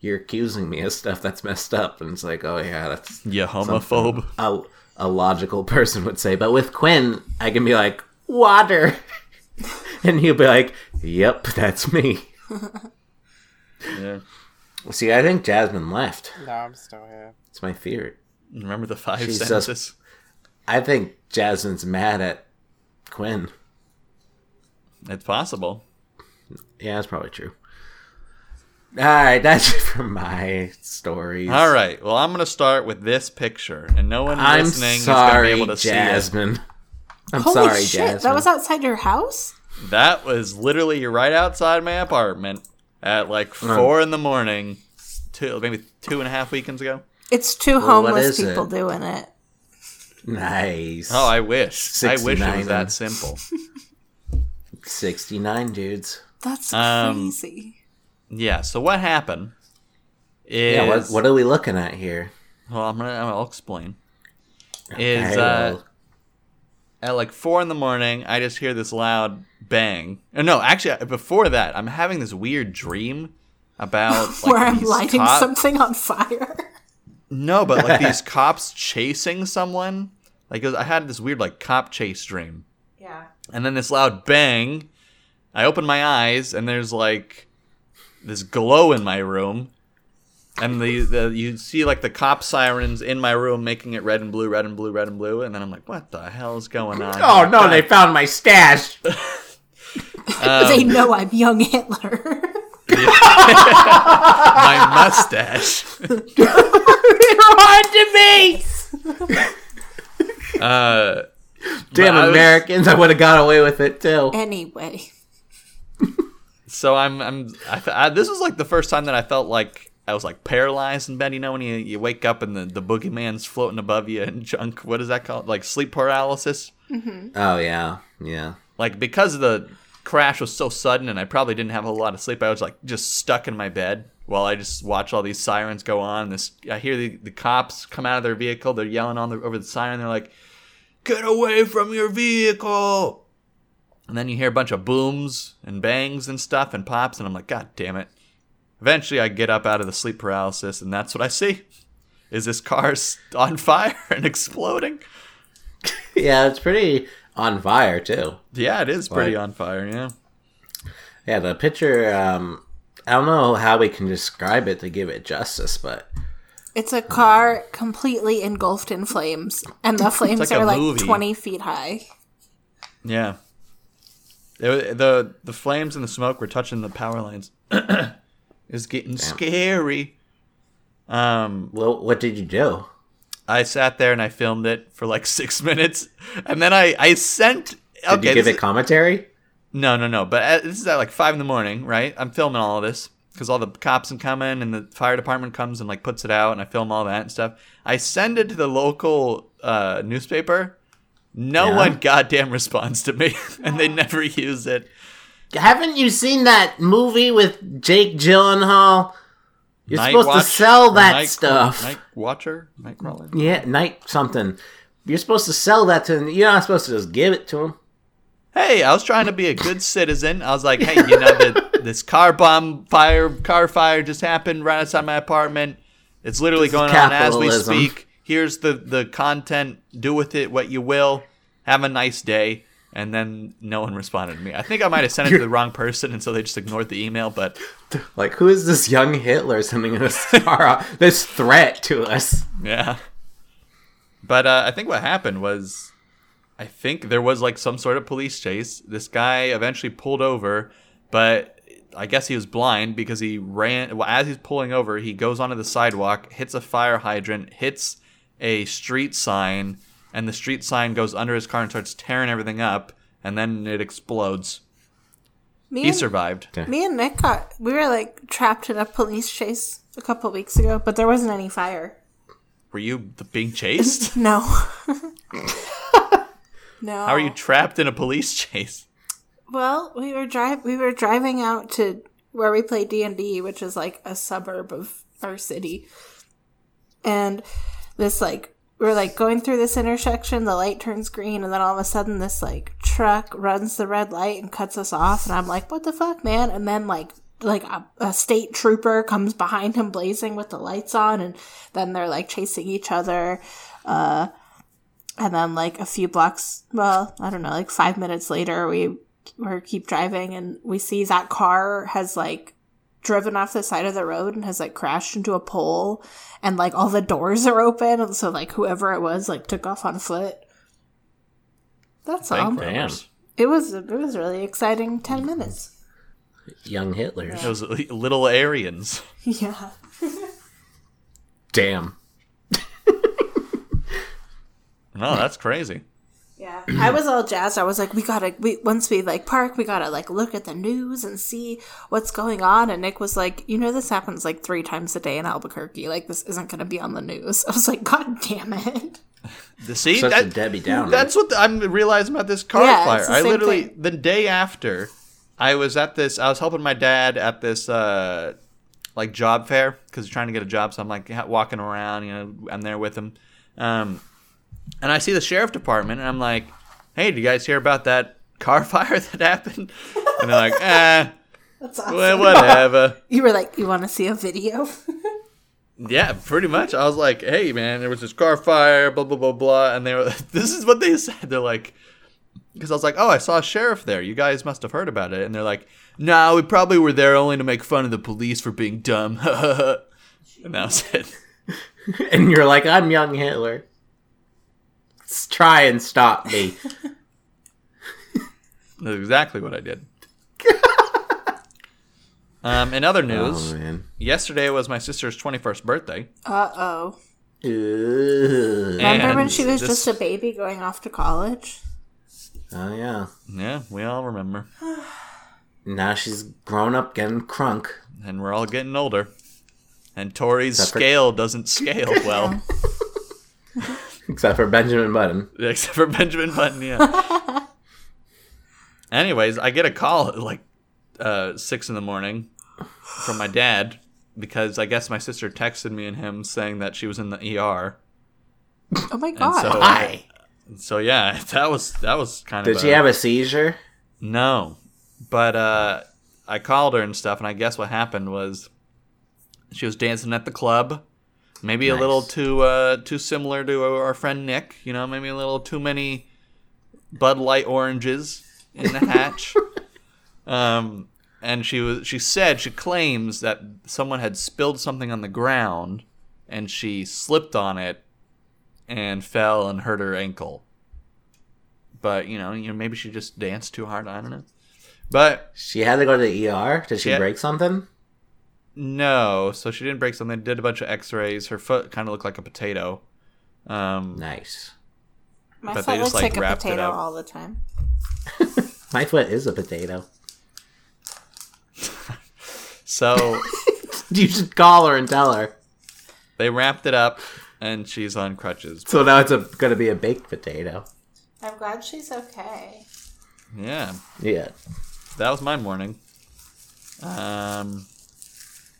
"You're accusing me of stuff that's messed up," and it's like, "Oh yeah, that's
You homophobe.
a, a logical person would say." But with Quinn, I can be like, "Water," and he'll be like, "Yep, that's me."
Yeah.
See, I think Jasmine left.
No, I'm still here.
It's my theory.
Remember the five
Jesus.
sentences?
I think Jasmine's mad at Quinn.
It's possible.
Yeah, that's probably true. All right, that's it for my stories.
All right. Well, I'm going to start with this picture, and no one
I'm
listening
sorry,
is going to be able to
Jasmine. I'm
Holy
sorry,
shit!
Jasmine.
That was outside your house.
see it. That was literally right outside my apartment at like four in the morning, two maybe two and a half weekends ago.
It's two
Well, what
homeless
is
people
it?
doing it.
nice.
Oh, I wish. I wish it
69.
was that simple.
69 dudes.
That's
Um,
crazy.
yeah. So what happened? Is
Yeah, what, what are we looking at here?
Well, I'm gonna. I'll explain.
Okay,
Is uh,
well,
at like four in the morning, I just hear this loud bang. Or no, actually, uh, before that, I'm having this weird dream about like,
where I'm
these
lighting
cop-
something on fire.
No, but like these cops chasing someone. Like it was- I had this weird like cop chase dream,
yeah.
and then this loud bang. I open my eyes and there's like this glow in my room, and the, the you see like the cop sirens in my room making it red and blue, red and blue, red and blue, and then I'm like, what the hell's going on?
Oh
here?
no, they found my stash.
they
Um,
know I'm young Hitler.
my mustache.
They're on to me.
Uh,
Damn
But I was-
Americans! I would have got away with it too.
anyway.
so I'm I'm I, th- I, this was like the first time that I felt like I was like paralyzed in bed. You know when you, you wake up and the the boogeyman's floating above you and junk. What is that called? Like sleep paralysis.
Oh yeah, yeah.
Like because the crash was so sudden and I probably didn't have a whole lot of sleep. I was like just stuck in my bed while I just watch all these sirens go on. This I hear the, the cops come out of their vehicle. They're yelling on the over the siren. They're like, "Get away from your vehicle!" And then you hear a bunch of booms and bangs and stuff and pops, and I'm like, God damn it. Eventually, I get up out of the sleep paralysis, and that's what I see. Is this car s- on fire and exploding?
Yeah, it's pretty on fire too.
Yeah, it is pretty
Right.
on fire, yeah.
Yeah, the picture. Um, I don't know how we can describe it to give it justice, but
It's a car completely engulfed in flames, and the flames
like a
are like
movie.
20 feet high.
Yeah. It, wa- the the flames and the smoke were touching the power lines. it's getting scary. Um,
well, what did you do?
I sat there and I filmed it for like six minutes, and then I I sent.
Did
Okay,
you give
this
it commentary?
No, no, no. But at, this is at like five in the morning, right? I'm filming all of this because all the cops are coming and the fire department comes and like puts it out, and I film all that and stuff. I send it to the local uh, newspaper. No
Yeah.
one goddamn responds to me, and they never use it.
Haven't you seen that movie with Jake Gyllenhaal? You're
Night
supposed
Watch-
to sell
or
that
Night-
stuff.
Night Watcher, Nightcrawler.
Yeah, night something. You're supposed to sell that to. You're not supposed to just give it to him.
Hey, I was trying to be a good citizen. I was like, hey, you know, the, this car bomb fire, car fire just happened right outside my apartment. It's literally going on as we
capitalism.
speak. Here's the the content. Do with it what you will. Have a nice day. And then no one responded to me. I think I might have sent it to the wrong person, and so they just ignored the email. But
Like, who is this young Hitler sending this star, this threat to us?
Yeah. But uh, I think what happened was, I think there was like some sort of police chase. This guy eventually pulled over, but I guess he was blind because he ran. Well, as he's pulling over, he goes onto the sidewalk, hits a fire hydrant, hits a street sign, and the street sign goes under his car and starts tearing everything up, and then it explodes.
Me
He
and,
survived.
me and Nick got, we were like trapped in a police chase a couple weeks ago, but there wasn't any fire.
Were you th- being chased?
No. no.
How are you trapped in a police chase?
Well, we were drive we were driving out to where we play D and D, which is like a suburb of our city, and this like we're like going through this intersection. The light turns green, and then all of a sudden, this like truck runs the red light and cuts us off. And I'm like, "What the fuck, man!" And then like like a, a state trooper comes behind him, blazing with the lights on, and then they're like chasing each other. Uh, and then like a few blocks, well, I don't know, like five minutes later, we or keep driving and we see that car has like driven off the side of the road and has like crashed into a pole and like all the doors are open and so like whoever it was like took off on foot that's all
Bank robbers.
it was it was really exciting 10 minutes
Young Hitlers.
Those li- little Aryans.
yeah
Damn.
No, that's crazy.
yeah i was all jazzed i was like we gotta we once we like park we gotta like look at the news and see what's going on and nick was like you know this happens like three times a day in albuquerque like this isn't gonna be on the news i was like god damn it
The- See,
Such
that-
a Debbie Downer.
That's what the- I'm realizing about this car
Yeah,
fire.
it's the
I
same
literally
thing.
the day after, I was at this. I was helping my dad at this uh, like job fair because he's trying to get a job. So I'm like ha- walking around. You know, I'm there with him, um, and I see the sheriff department, and I'm like, "Hey, did you guys hear about that car fire that happened?" And they're like, "Eh,
That's awesome.
wha- whatever."
You were like, you want to see a video?
Yeah, pretty much. I was like, "Hey, man, there was this car fire, blah blah blah blah," and they were. This is what they said. They're like, because I was like, "Oh, I saw a sheriff there. You guys must have heard about it." And they're like, "No, we probably were there only to make fun of the police for being dumb." and that was it.
and you're like, I'm young Hitler. S- Try and stop me.
That's exactly what I did. um, in other news,
man.
yesterday was my sister's 21st birthday.
Uh oh.
Ugh.
And
Remember when she was
this-
just a baby going off to college?
Oh yeah.
Yeah, we all remember.
Now she's grown up getting crunk.
And we're all getting older. And Tori's
Except for-
scale doesn't scale well,
Except for Benjamin Button.
except for Benjamin Button, yeah. Anyways, I get a call at like uh, 6 in the morning from my dad because I guess my sister texted me and him saying that she was in the ER.
Oh my
And
god.
so,
Why?
so yeah, that was that was kind
Did
of
she have a seizure?
No, but uh, I called her and stuff, and I guess what happened was she was dancing at the club, maybe a
Nice.
little too uh, too similar to our friend Nick. You know, maybe a little too many Bud Light oranges in the hatch. um, and she was she said she claims that someone had spilled something on the ground, and she slipped on it and fell and hurt her ankle. But you know, you know, maybe she just danced too hard. I don't know. But
She had to go to the ER? Did she
Yeah.
break something?
no, so she didn't break something. Did a bunch of X-rays. Her foot kind of looked like a potato. Um,
Nice.
My
but
foot
they just,
looks
like,
like, a
wrapped it
potato
up.
all the time.
My foot is a potato.
so
You should call her and tell her.
they wrapped it up, and she's on crutches.
So now it's a, gonna be a baked potato.
I'm glad she's okay.
Yeah,
Yeah.
that was my morning. Um,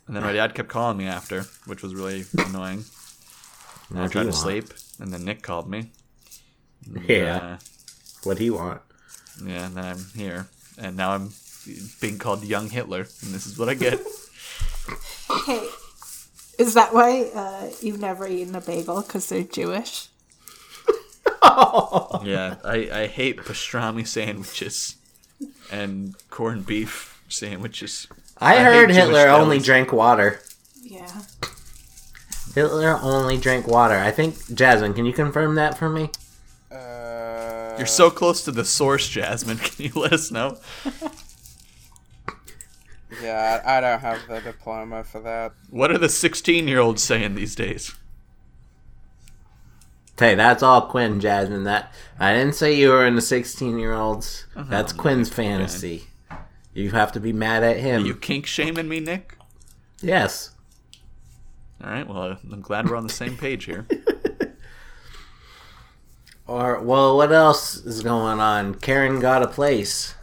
and then my dad kept calling me after, which was really annoying. And I
What do
tried
you want?
to sleep, and then Nick called me. And,
Yeah.
uh,
What do you want?
Yeah, and then I'm here, and now I'm being called young Hitler, and this is what I get.
Hey, is that why uh, you've never eaten a bagel? Because they're Jewish?
yeah, I, I hate pastrami sandwiches and corned beef sandwiches.
I,
I
heard
hate Jewish
Hitler only
delis.
drank water.
Yeah.
Hitler only drank water. I think Jasmine, can you confirm that for me?
Uh,
You're so close to the source, Jasmine. Can you let us know?
yeah, I I don't have the diploma for that.
What are the 16 year olds saying these days?
Hey, that's all Quinn, Jasmine. That I didn't say you were in the sixteen-year-olds.
Uh-huh.
that's Quinn's fantasy. You have to be mad at him.
You kink shaming me, Nick?
yes.
All right, well, I'm glad we're on the same page here.
Or well, what else is going on? Karen got a place.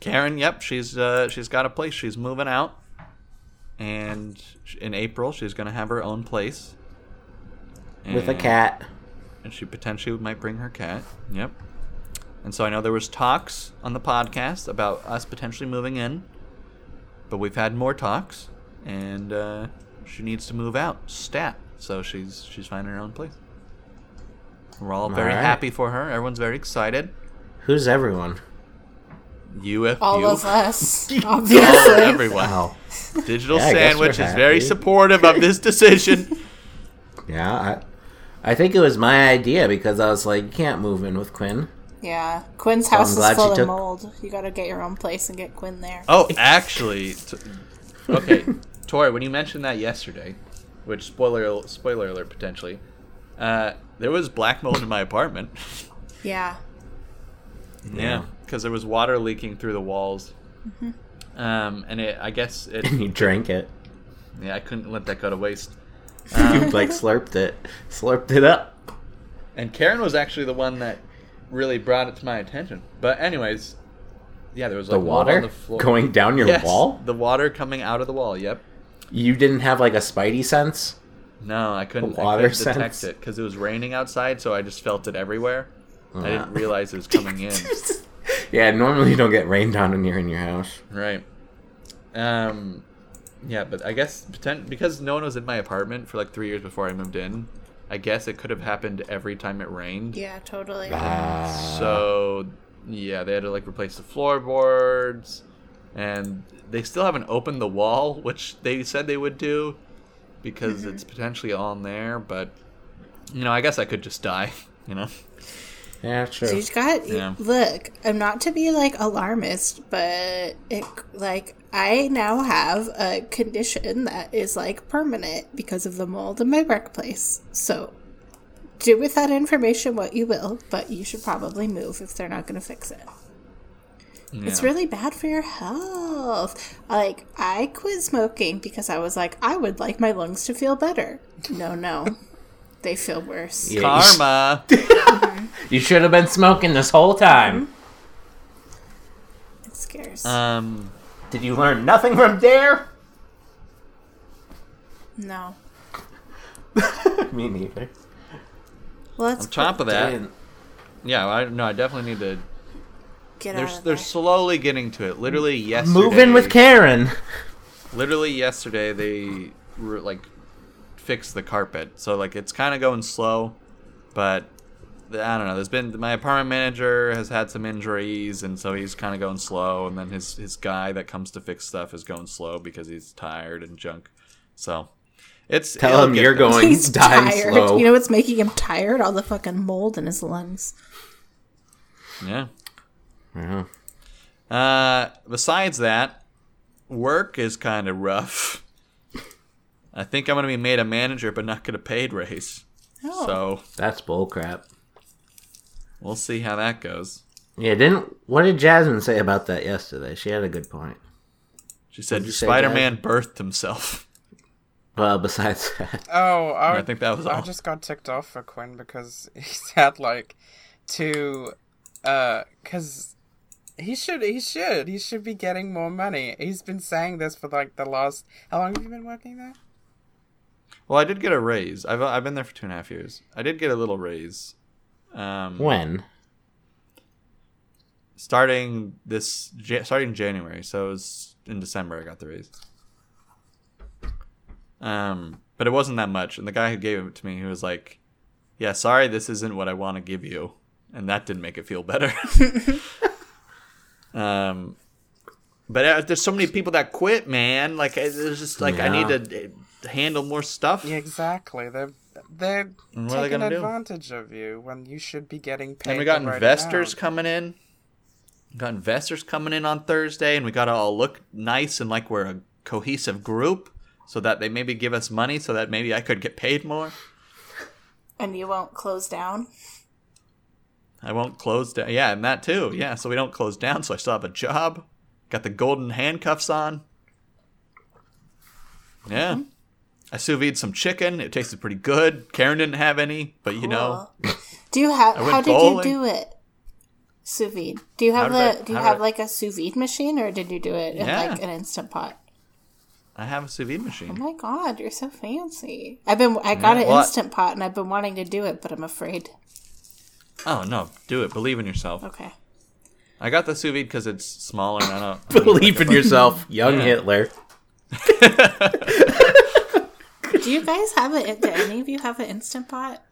Karen, yep, she's uh, she's got a place. She's moving out, and sh- in April she's gonna have her own place
with a
And-
cat.
and she potentially might bring her cat. Yep. And so I know there was talks on the podcast about us potentially moving in, but we've had more talks, and uh, she needs to move out stat. So she's she's finding her own place. We're all very
Alright.
happy for her. Everyone's very excited.
Who's everyone?
UFU.
All of us,
All
obviously.
everyone.
Oh,
Digital
Yeah, I guess
Sandwich
we're
is very
happy.
supportive of this decision.
yeah. I, I think it was my idea because I was like, you can't move in with Quinn.
Yeah, Quinn's house
glad
is full
she
of
took-
mold. You gotta get your own place and get Quinn there.
Oh, actually, t- okay, Tori, when you mentioned that yesterday, which spoiler spoiler alert potentially, uh, there was black mold in my apartment.
Yeah,
Yeah, because there was water leaking through the walls. Um, and it, I guess it,
And you drank it.
yeah, I couldn't let that go to waste.
you like slurped it, slurped it up.
And Karen was actually the one that really brought it to my attention. But anyways, yeah, there was
The
like mold on
water
the floor.
going down your
Yes,
wall.
the water coming out of the wall. Yep.
You didn't have like a spidey sense.
No, I couldn't,
water
I couldn't detect
sense.
it because it was raining outside, so I just felt it everywhere.
Uh-huh.
I didn't realize it was coming in.
Yeah, normally you don't get rained on when you're in your house.
Right. Um, yeah, but I guess pretend, because no one was in my apartment for like three years before I moved in. I guess it could have happened every time it rained.
Yeah, totally.
So yeah, they had to like replace the floorboards, and they still haven't opened the wall, which they said they would do, because it's potentially on there. But you know, I guess I could just die. You know,
yeah,
So
true.
you just got
Yeah.
look. I'm not to be like alarmist, but it like I now have a condition that is like permanent because of the mold in my workplace. So do with that information what you will, but you should probably move if they're not going to fix it. It's
Yeah.
really bad for your health. Like I quit smoking because I was like I would like my lungs to feel better. No, no. They feel worse.
Yeah, you sh-
karma.
You should have been smoking this whole time.
Mm-hmm. It scares.
um,
Did you learn nothing from Dare?
no.
Me neither.
Well, let's
on top of that,
Didn't-
yeah, I no, I definitely need to.
get out
They're
of
they're
there.
slowly getting to it. Literally yesterday.
Move in Mm. with Karen.
literally yesterday they were like fixed the carpet so like it's kind of going slow but i don't know there's been my apartment manager has had some injuries and so he's kind of going slow and then his his guy that comes to fix stuff is going slow because he's tired and junk so it's
Tell
it'll
him
get
you're
there.
going
He's
dying
tired.
slow.
You know what's making him tired? All the fucking mold in his lungs.
yeah
Yeah.
Uh, besides that, work is kind of rough. I think I'm gonna be made a manager, but not get a paid raise.
Oh.
So
That's bullcrap.
we'll see how that goes.
Yeah, didn't. What did Jasmine say about that yesterday? She had a good point.
She said
you say,
Spider-Man birthed himself.
Well, besides that,
Oh, I,
I think that was
I
all.
just got ticked off for Quinn because he's had like two, uh, because he should, he should, he should be getting more money. He's been saying this for like the last. How long have you been working there?
Well, I did get a raise. I've I've been there for two and a half years. I did get a little raise. Um,
when?
starting this Ja- starting January, so it was in December I got the raise. Um, but it wasn't that much, and the guy who gave it to me, he was like, "Yeah, sorry, this isn't what I want to give you," and that didn't make it feel better. um, but uh, there's so many people that quit, man. Like, I- it's just like I
Yeah.
need to uh, handle more stuff.
Yeah, exactly. They're they're
And what are they
taking
gonna do?
advantage of you when you should be getting paid.
And we got
the right
investors
amount.
coming in. We got investors coming in on Thursday, and we got to all look nice and like we're a cohesive group so that they maybe give us money so that maybe I could get paid more.
And you won't close down.
I won't close down. Yeah, and that too. Yeah, so we don't close down, so I still have a job. Got the golden handcuffs on.
Mm-hmm.
Yeah. I sous vide some chicken. It tasted pretty good. Karen didn't have any, but you know,
Cool. do you have?
I went
How did you
bowling.
do it? Sous vide. Do you have
How did
the?
I-
do you
how did
have
I-
like a sous vide machine, or did you do it in
Yeah.
like an instant pot?
I have a sous vide
Oh
machine.
my god, you're so fancy. I've been. I got an
Well, I-
instant pot, and I've been wanting to do it, but I'm afraid.
Oh, no. Do it. Believe in yourself.
Okay.
I got the sous vide because it's smaller and I don't. I don't
Believe in yourself, young
Yeah.
Hitler.
Do you guys have it? Do any of you have an instant pot?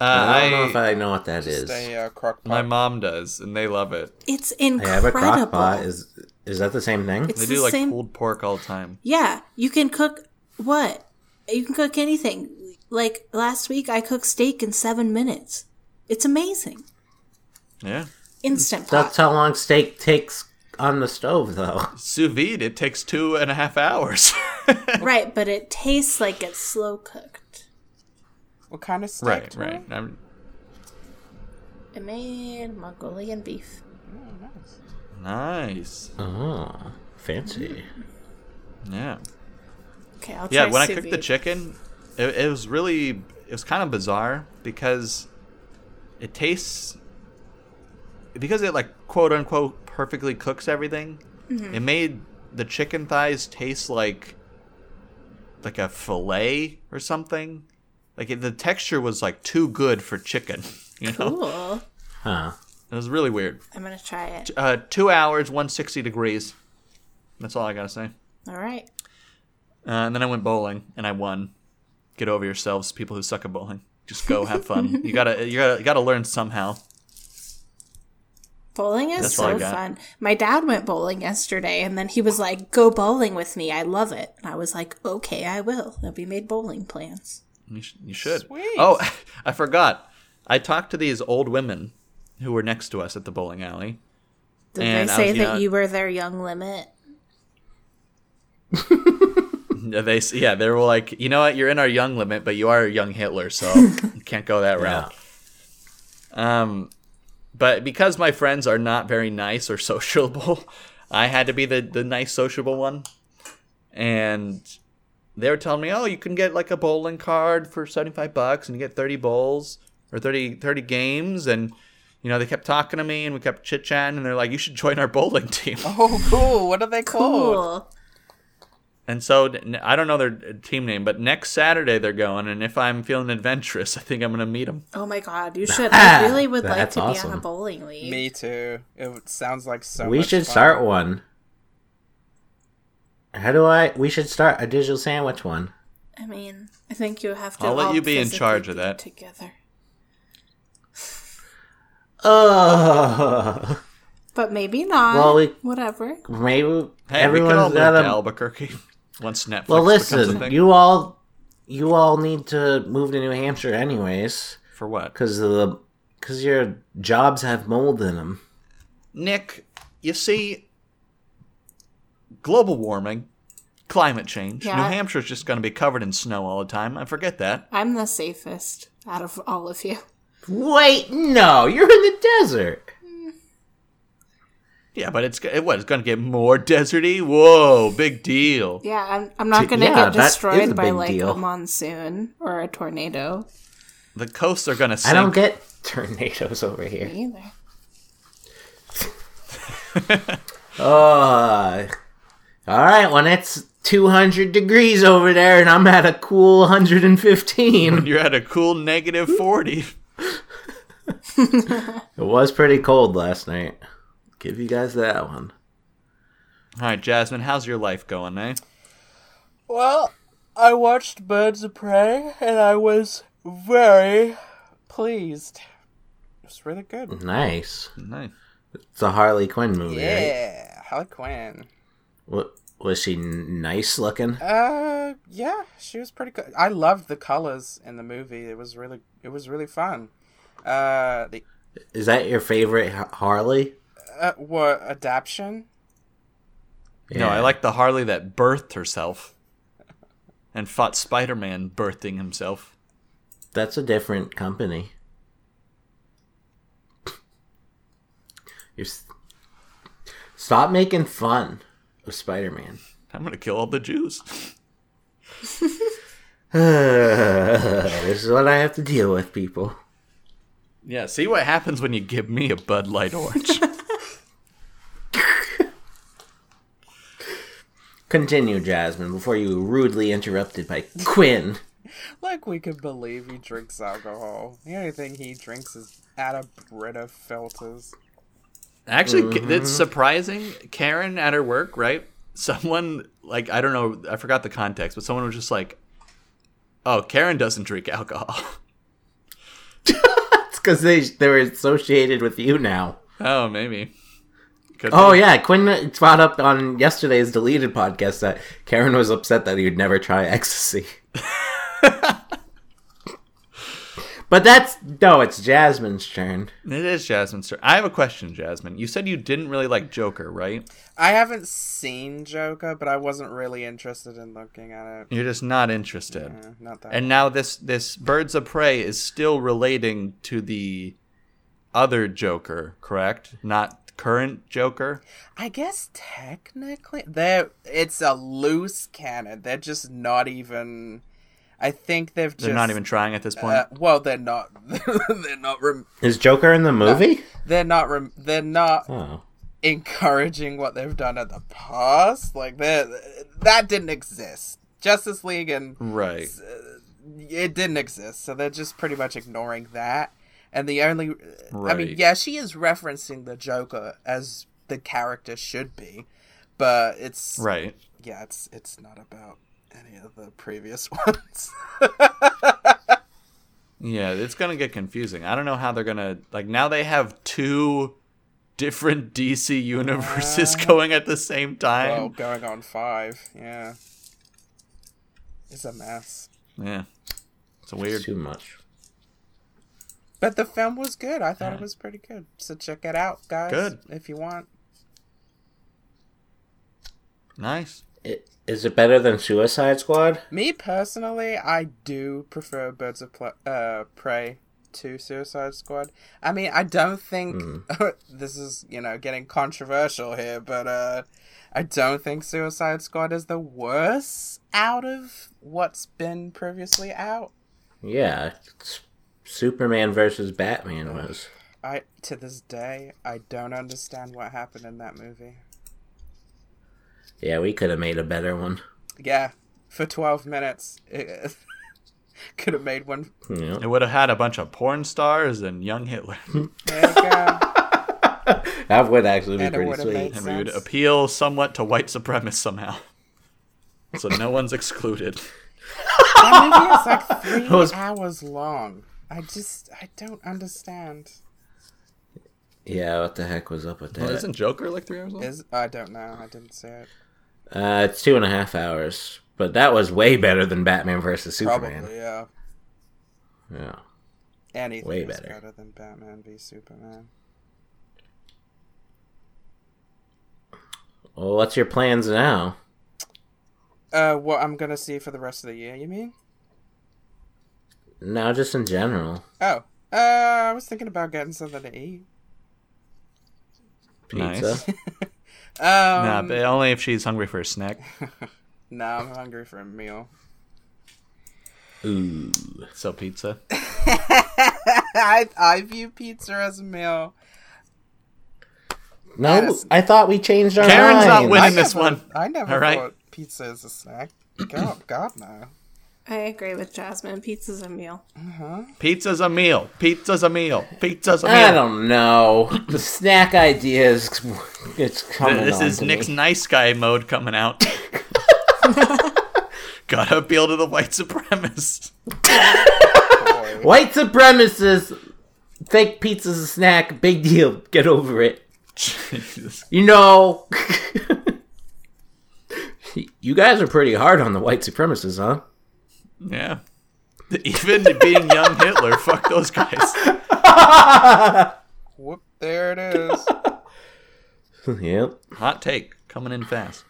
Uh,
I don't
I-
know if I know what that is.
Stay uh, crock
my
pot.
mom does, and they love it.
It's
I have a
incredible.
crock pot. Is is that the same thing?
it's
They
the
do like
same
pulled pork all the time.
Yeah, you can cook what? You can cook anything. Like last week, I cooked steak in seven minutes. It's amazing.
Yeah,
Instant pot.
That's how long steak takes on the stove, though.
sous vide. It takes two and a half hours.
right, but it tastes like it's slow cooked.
What kind of steak?
right,
do I-
right. I'm,
I made Mongolian beef.
nice.
Oh, fancy.
Mm-hmm. Yeah,
Okay, I'll
yeah.
try
When I
sous
cooked the
vide.
chicken, it, it was really, it was kind of bizarre because it tastes because it like quote unquote perfectly cooks everything.
Mm-hmm.
It made the chicken thighs taste like like a fillet or something. Like it, the texture was like too good for chicken. You know,
Cool.
Huh.
it was really weird.
I'm gonna try it.
Uh, two hours, one sixty degrees. That's all I gotta say.
All right.
Uh, and then I went bowling and I won. Get over yourselves, people who suck at bowling. Just go have fun. you gotta, you gotta, you gotta learn somehow.
Bowling is
That's what I
so
got.
fun. My dad went bowling yesterday and then he was like, Go bowling with me. I love it. And I was like, Okay, I will. And we made bowling plans.
You, sh- you should.
Sweet.
Oh, I forgot. I talked to these old women who were next to us at the bowling alley.
Did
And
they
I
say
was
that
young.
you were their young limit?
Yeah, They, s- yeah, they were like, you know what? You're in our young limit, but you are a young Hitler, so you can't go that route. Um, but because my friends are not very nice or sociable, I had to be the, the nice sociable one. And they were telling me, oh, you can get like a bowling card for 75 bucks and you get 30 bowls or 30, 30 games. And, you know, they kept talking to me and we kept chit chatting and they're like, you should join our bowling team.
Oh, cool. What are they called?
Cool.
And so n- I don't know their uh, team name, but next Saturday they're going. And if I'm feeling adventurous, I think I'm going to meet them.
Oh my god, you should.
Ah,
I really would like
That's
to be on
awesome.
a bowling league.
Me too. It sounds like so.
we
much
should
fun.
start one. How do I? We should start a digital sandwich one.
I mean, I think you have to
I'll let
all
you be in
physically
charge of
be
that.
together.
Oh,
But maybe not.
Well, we-
whatever.
maybe
Hey, we could all
everyone's
move
got
to
a.
Albuquerque once Netflix.
Well,
becomes a
listen,
thing.
you all, you all need to move to New Hampshire anyways,
for what?
because the, because your jobs have mold in them.
Nick, you see, global warming, climate change.
Yeah.
New Hampshire's just going to be covered in snow all the time. I forget that.
I'm the safest out of all of you.
Wait, no, you're in the desert.
Yeah, but it's g- it was going to get more deserty. Whoa, big deal.
Yeah, I'm, I'm not
T-
going to
yeah,
get
that is a
destroyed by
big
like
deal.
a monsoon or a tornado
The coasts are going to
I don't
sink.
get tornadoes over here.
either.
Uh, all right, when it's 200 degrees over there and I'm at a cool 115.
You're at a cool negative forty.
It was pretty cold last night. Give you guys that one.
All right, Jasmine, how's your life going, eh?
Well, I watched Birds of Prey and I was very pleased. It was really
Mm-hmm.
good.
Nice.
Nice.
It's a Harley Quinn movie, right?
Yeah, Harley Quinn.
Wa- was she n- nice looking?
Uh, yeah, she was pretty good. I loved the colors in the movie. It was really, it was really fun. Uh, the
Is that your favorite Ha- Harley?
uh, what adaption?
No, I
Yeah.
like the Harley that birthed herself and fought Spider Man birthing himself.
That's a different company. You're s- Stop making fun of Spider Man.
I'm going to kill all the Jews.
this is what I have to deal with, people.
Yeah, see what happens when you give me a Bud Light Orange.
Continue, Jasmine, before you were rudely interrupted by Quinn.
Like we could believe he drinks alcohol. The only thing he drinks is out of Brita filters.
Actually, ca- it's
Mm-hmm.
surprising. Karen at her work, right? Someone, like, I don't know, I forgot the context, but someone was just like, oh, Karen doesn't drink alcohol.
It's because they they're associated with you now.
oh, maybe. Could
Oh
be.
yeah, Quinn brought up on yesterday's deleted podcast that Karen was upset that he'd never try ecstasy. but that's no, it's Jasmine's turn.
It is Jasmine. Sir. I have a question, Jasmine. You said you didn't really like Joker, right?
I haven't seen Joker, but I wasn't really interested in looking at it.
You're just not interested.
Uh, not that.
And now this this Birds of Prey is still relating to the other Joker, correct? Not current Joker.
I guess technically, they're it's a loose canon. They're just not even. I think they've just.
They're not even trying at this point.
Uh, well, they're not. they're not. Rem-
Is Joker in the movie?
they're not. Rem- they're not
Oh.
encouraging what they've done in the past. Like that. That didn't exist. Justice League and
right.
it didn't exist, so they're just pretty much ignoring that. And the only, I mean,
Right.
yeah, she is referencing the Joker as the character should be, but it's
Right.
yeah, it's it's not about any of the previous ones.
Yeah, it's gonna get confusing. I don't know how they're gonna like now they have two different DC universes going at the same
well,
time.
going on five, yeah, it's a mess.
Yeah. It's weird.
Too much.
But the film was good. I thought it was pretty good. So check it out, guys.
Good.
if you want.
Nice.
I- Is it better than Suicide Squad?
Me personally, I do prefer Birds of Pl- uh, Prey to Suicide Squad. I mean, I don't think this is you know getting controversial here, but uh, I don't think Suicide Squad is the worst out of what's been previously out.
Yeah. it's Superman versus Batman was.
I to this day, I don't understand what happened in that movie.
Yeah, we could have made a better one.
Yeah, for twelve minutes, it, could have made one.
You know?
It would have had a bunch of porn stars and young Hitler.
There you go.
That would actually be
And it
pretty
would've
sweet.
made-
and we would
Sense.
appeal somewhat to white supremacists somehow. So no one's excluded.
That movie is like three
was-
hours long. I just I don't understand.
Yeah, what the heck was up with that?
Isn't Joker like three hours long?
Is I don't know. I didn't see it.
Uh, it's two and a half hours, but that was way better than Batman versus
Probably
Superman.
yeah.
Yeah.
Anything
Way
is
better.
better. than Batman v Superman.
Well, what's your plans now?
Uh, what I'm gonna see for the rest of the year? You mean?
No, just in general.
Oh, uh, I was thinking about getting something to eat.
Pizza.
Nice.
Um,
nah, but only if she's hungry for a snack.
no, I'm hungry for a meal.
Ooh.
So pizza.
I I view pizza as a meal.
No,
Yes.
I thought we changed our
Karen's not
minds.
winning.
I
in this
never-
one.
I never
All right.
thought pizza is a snack. God, God no.
I agree with Jasmine. Pizza's a meal.
Pizza's a meal. Pizza's a meal. Pizza's a meal.
I don't know. The snack idea is it's coming.
This
on
is
to
Nick's
me.
nice guy mode coming out. Gotta appeal to the white supremacist.
Boy.
White supremacists think pizza's a snack. Big deal. Get over it.
Jesus.
You know. you guys are pretty hard on the white supremacists, huh?
Yeah. Even being young Hitler, fuck those guys.
Whoop! There it is.
yep.
Hot take coming in fast.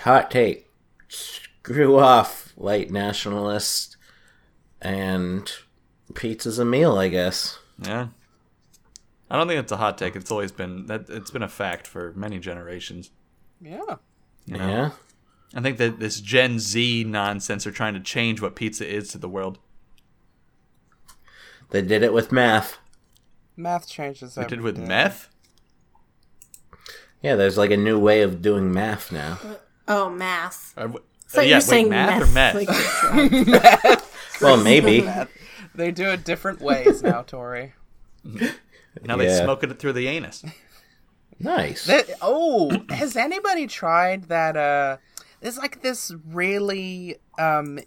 Hot take. Screw off, white nationalists. And pizza's a meal, I guess.
Yeah. I don't think it's a hot take. It's always been that it's been a fact for many generations.
yeah.
you know?
Yeah.
I think that this Gen Z nonsense are trying to change what pizza is to the world.
They did it with math.
Math changes.
They did with
everything.
meth.
Yeah, there's like a new way of doing math now.
Oh, math.
Or, w-
So
Uh, yeah,
you're
wait,
saying
math
meth,
or meth?
like-
Well, maybe.
They do it different ways now, Tori.
now they
Yeah.
smoke it through the anus.
Nice.
Th- oh, has anybody tried that? Uh, there's like this really um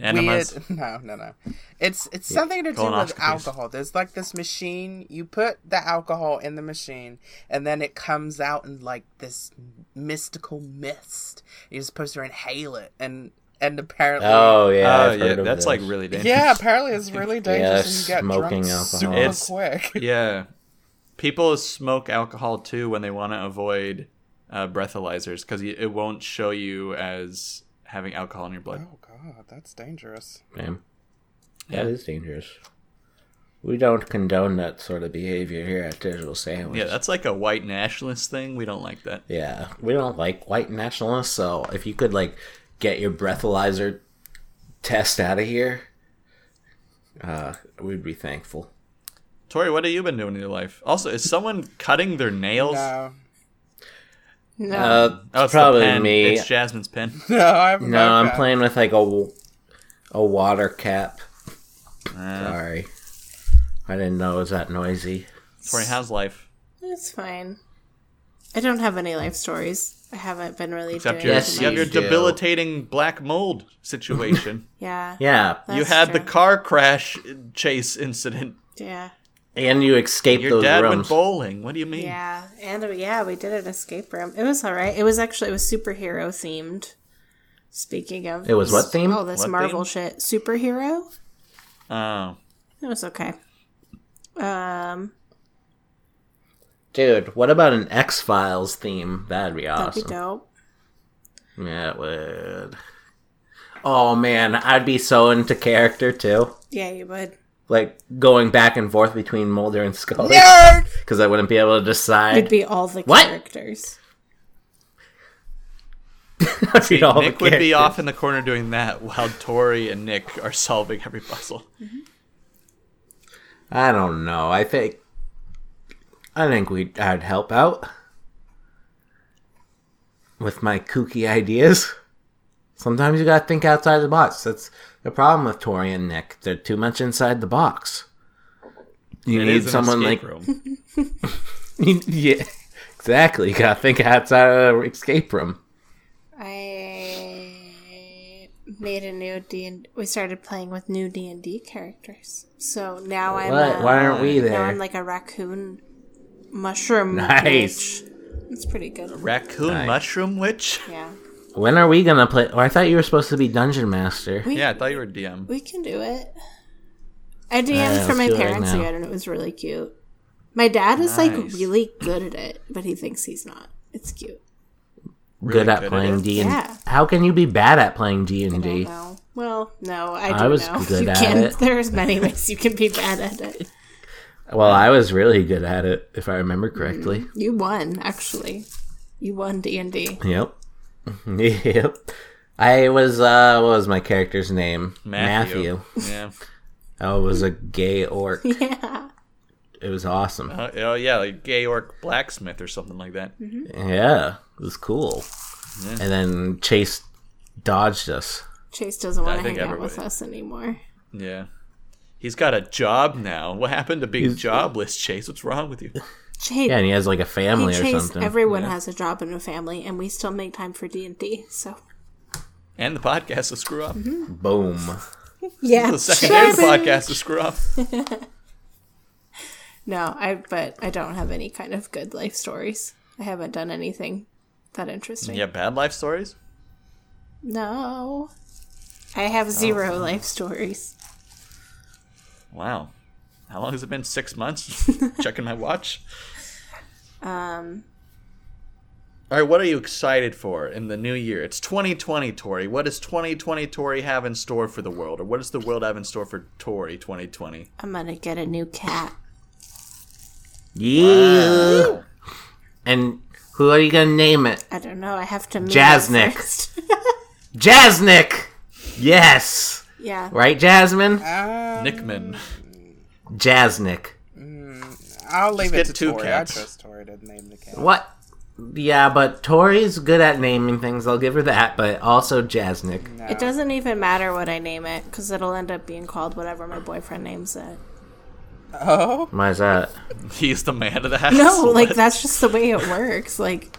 Enemas.
weird. No, no, no. It's it's something to do with
Colonoscopies.
alcohol. There's like this machine. You put the alcohol in the machine, and then it comes out in like this mystical mist. You're supposed to inhale it, and and apparently,
Oh yeah,
Oh,
I've
yeah,
heard of
that's
this.
like really dangerous.
yeah, apparently it's really dangerous. and you get
smoking
drunk
alcohol.
super
It's-
quick.
Yeah. People smoke alcohol too when they want to avoid uh, breathalyzers because it won't show you as having alcohol in your blood.
Oh god, that's dangerous.
Man. That is dangerous. We don't condone that sort of behavior here at Digital Sandwich.
Yeah, that's like a white nationalist thing. We don't like that.
Yeah, we don't like white nationalists. So if you could like get your breathalyzer test out of here, uh, we'd be thankful.
Tori, what have you been doing in your life? Also, is someone cutting their nails?
No,
No.
Uh,
Oh, it's the
probably
pen.
me.
It's Jasmine's pen.
no, I'm
no, I'm playing with like a w- a water cap.
Uh,
Sorry. I didn't know it was that noisy.
Tori, how's life?
It's fine. I don't have any life stories. I haven't been really
Except
doing
your,
Yes,
too
you have
much.
your
you do.
debilitating black mold situation.
yeah.
Yeah,
you
That's
had the
true.
car crash uh, chase incident.
Yeah.
and you escaped
Your
those
dad went
rooms.
bowling. What do you mean?
Yeah. And uh, yeah, we did an escape room. It was all right. It was actually it was superhero themed. Speaking of
It was what theme?
all this
What
Marvel shit. Superhero?
Oh.
It was okay. Um
Dude, what about an X Files theme? That'd be
that'd
awesome.
be dope.
Yeah, it would. Oh man, I'd be so into character too.
Yeah, you would.
Like going back and forth between Mulder and Scully
Nerd!
because I wouldn't be able to
You'd
decide.
be all the
What?
characters.
I'd be all the
Nick would be
characters.
off in the corner doing that while Tori and Nick are solving every puzzle.
I don't know. I think I think we I'd help out with my kooky ideas. Sometimes you gotta think outside the box. That's the problem with Tori and Nick. They're too much inside the box. You
It is
need
an
someone like
escape room.
yeah, exactly. You gotta think outside of the escape room.
I made a new D and we started playing with new D and D characters. So now I'm
What?
a-
Why aren't we
now
there?
I'm like a raccoon mushroom.
Nice.
witch. It's pretty good.
Raccoon
Nice.
Mushroom Witch?
Yeah.
when are we gonna play? Oh, I thought you were supposed to be dungeon master.
We
Yeah, I thought you were DM.
we can do it. I
Alright,
DM'd
let's
for my
do it right
parents
now.
again and it was really cute. My dad is like
Nice.
really good at it, but he thinks he's not. It's cute.
Really
good at
good at
playing
it.
D and
Yeah.
How can you be bad at playing D and
I don't
D?
know. Well, no, I do
I was
know.
good
you
at
can
it.
there's many ways you can be bad at it.
Well, I was really good at it, if I remember correctly.
You won, actually. You won D and D.
Yep. yep. I was, uh, what was my character's name?
Matthew. Yeah.
I was a gay orc.
Yeah.
It was awesome.
Uh, oh, yeah, like Gay Orc Blacksmith or something like that.
Mm-hmm. Yeah, it was cool. And then Chase dodged us.
Chase doesn't want to hang
think
out with
everybody-
us anymore.
Yeah. He's got a job now. What happened to being jobless, Chase? What's wrong with you?
Chase
Yeah, and he has like a family
Hey,
or
Chase,
something.
Everyone has a job and a family, and we still make time for D and D. So
And the podcast will screw up.
Mm-hmm. Boom.
yeah,
The second day of the podcast will screw up.
No, I but I don't have any kind of good life stories. I haven't done anything that interesting.
Yeah, bad life stories?
No, I
Oh.
have zero life stories.
Wow. How long has it been? Six months? Checking my watch.
Um,
All right, what are you excited for in the new year? It's 2020, Tori. What does 2020 Tori have in store for the world? Or what does the world have in store for Tori 2020?
I'm gonna get a new cat.
Yeah. And who are you gonna name it?
I don't know. I have to meet
Jasnick.
it first.
Jasnick! Yes!
yeah,
Right, Jasmine?
Um,
Nickman.
Jasnick.
I'll leave
get
it to
two
Tori.
cats.
I trust Tori to name the cat.
What? Yeah, but Tori's good at naming things. I'll give her that. But also Jasnick.
it doesn't even matter what I name it because it'll end up being called whatever my boyfriend names it.
Oh,
Why is that?
He's the man of the house.
No, like
What?
that's just the way it works. Like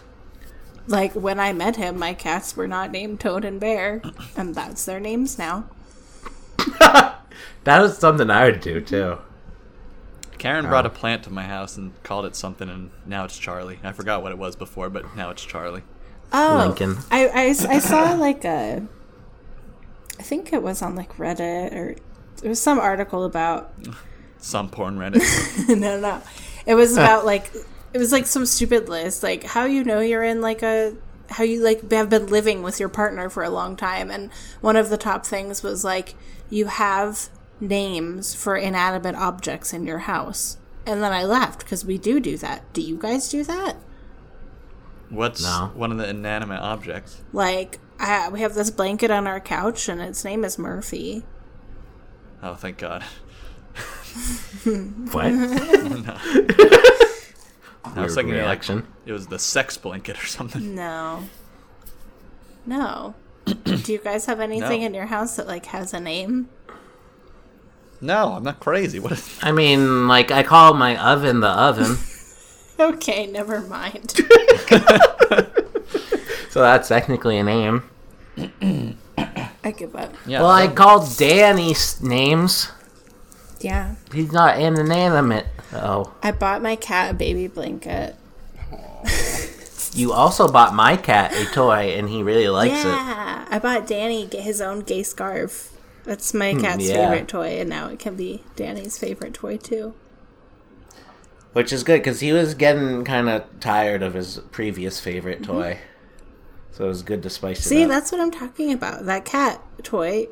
like when I met him, my cats were not named Toad and Bear, and that's their names now.
That was something I would do too.
Karen brought a plant to my house and called it something, and now it's Charlie. I forgot what it was before, but now it's Charlie.
Oh,
Lincoln.
I, I s- I saw like a I think it was on like Reddit or it was some article about
Some porn Reddit.
no no. It was about like it was like some stupid list like how you know you're in like a how you like have been living with your partner for a long time and one of the top things was like you have names for inanimate objects in your house. And then I laughed because we do do that. Do you guys do that?
What's
No.
one of the inanimate objects?
Like I, we have this blanket on our couch and its name is Murphy.
Oh, thank God.
What?
I was
Weird
thinking like,
reaction.
it was the sex blanket or something.
No. No. Do you guys have anything
No.
in your house that like has a name?
No, I'm not crazy. What is
I mean, like I call my oven the oven,
Okay, never mind.
so that's technically a name.
I give up.
yeah,
Well, I
no.
called Danny s- names.
Yeah.
He's not an inanimate. Oh,
I bought my cat a baby blanket.
you also bought my cat a toy, and he really likes it.
yeah. I bought Danny g- his own gay scarf. That's my cat's
Hmm, yeah.
favorite toy, and now it can be Danny's favorite toy too.
Which is good because he was getting kind of tired of his previous favorite toy, so it was good to spice
Mm-hmm. See,
it up.
that's what I'm talking about. That cat toy,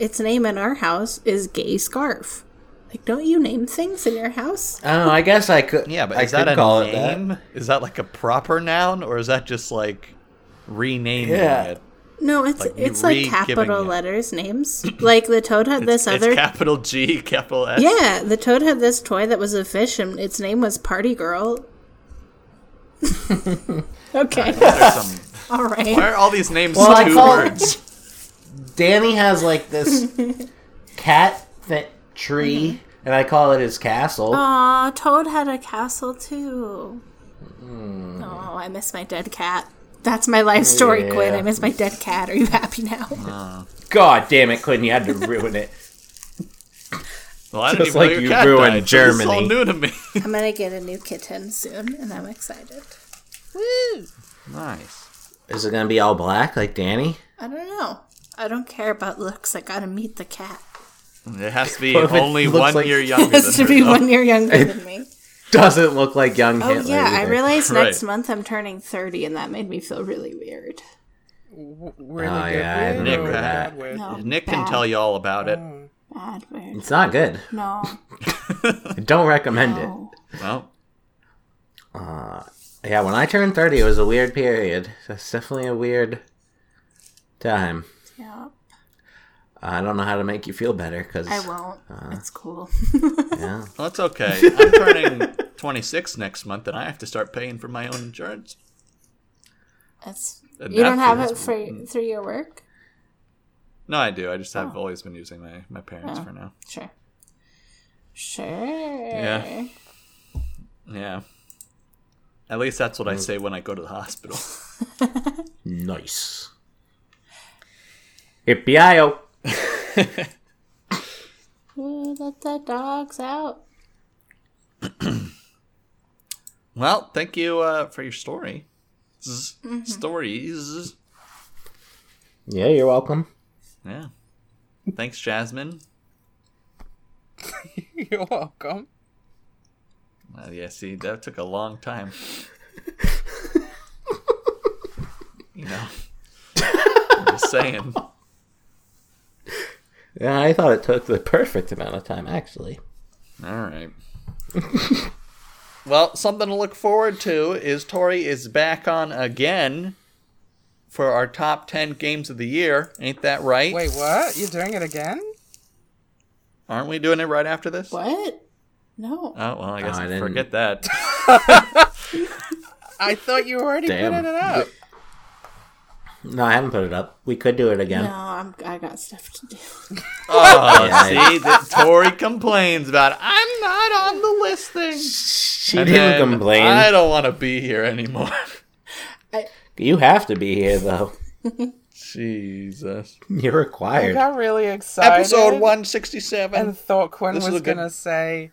its name in our house is gay scarf. Like, don't you name things in your house?
Oh, I guess I could.
yeah, but
I
is that
could
a
call it that.
name? Is that like a proper noun, or is that just like renaming
Yeah.
it?
No, it's
Like, you
it's like
re-giving
capital
it.
letters names. like the toad had this
It's
other.
capital G, capital S.
yeah, the toad had this toy that was a fish, and its name was Party Girl. okay,
There's some-
all
why
right.
are all these names
Well, I
two
call-
words?
Danny has like this cat th- tree,
Mm-hmm.
and I call it his castle.
Aw, Toad had a castle too. Oh, I miss my dead cat. That's my life story, Quinn.
Yeah.
I miss my dead cat. Are you happy now?
God damn it, Quinn! You had to ruin it.
Well, I didn't
Just
even
like
know your
you
cat
ruined
died, so this is all
Germany.
new to me.
I'm gonna get a new kitten soon, and I'm excited.
nice.
Is it gonna be all black like Danny?
I don't know. I don't care about looks. I gotta meet the cat.
It has to be
Well, if it
only
looks
one
like-
year younger than
Has to
her,
be
though.
one year younger than me.
Doesn't look like young
Oh
Hitler.
yeah, I
either.
realized
Right.
next month I'm turning 30, and that made me feel really weird.
W- really
Oh,
good
yeah, I
wig
remember
or
that.
bad wig?
No,
Uh, Nick
bad,
can tell you all about it.
Oh.
Bad weird.
It's not good.
No,
I don't recommend
no.
Well,
it. Yeah, when I turned 30, it was a weird period. That's definitely a weird time.
yeah,
I don't know how to make you feel better because.
I won't. it's cool.
Yeah.
that's okay. I'm turning 26 next month, and I have to start paying for my own insurance.
It's
And
you don't
that
have
feels
it for through your work.
No, I do. I just
Oh.
have always been using my, my parents for now.
Sure, sure.
Yeah. Yeah. At least that's what I say when I go to the hospital.
Nice. Hippie
Ooh, let the dogs out.
Well, thank you uh, for your story. Zzz,
Mm-hmm.
Stories.
Yeah, you're welcome.
Yeah. Thanks, Jasmine.
You're welcome.
Uh, yeah, see, that took a long time. you know. I'm just saying.
Yeah, I thought it took the perfect amount of time, actually.
All right. well, something to look forward to is Tori is back on again for our top 10 games of the year. Ain't that right?
Wait, what? You're doing it again?
Aren't we doing it right after this?
What? No.
Oh, well, I guess
I
I
didn't-
forget that.
I thought you already
Damn.
putting it up.
No, I haven't put it up. We could do it again.
No, I'm, I got stuff to do.
Oh,
Yeah.
see, that Tori complains about I'm not on the list thing.
She
And
didn't
then,
complain.
I don't want to be here anymore.
You have to be here, though.
Jesus.
You're
I
required.
got really excited.
Episode 167.
And thought Quinn
This is
was
a good-
going to say,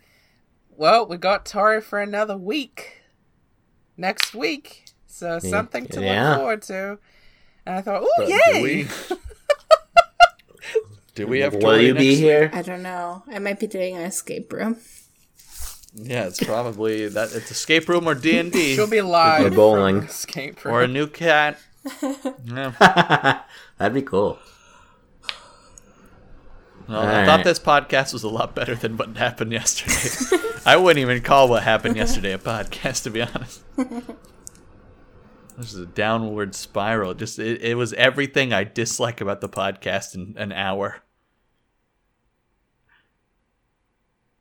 well, we got Tori for another week. Next week. So something to
Yeah.
look forward to. And I thought, oh,
But
yay!
Do we, do we have
Will
Tori
you be
next-
here?
I don't know. I might be doing an escape room.
Yeah, it's probably that. It's escape room or D and D
She'll be live.
We're
from
bowling.
the escape
or a
room.
new cat. Yeah.
That'd be cool.
Well,
All
I
right.
thought this podcast was a lot better than what happened yesterday. I wouldn't even call what happened yesterday a podcast, to be honest. This is a downward spiral. Just it, it was everything I dislike about the podcast in an hour.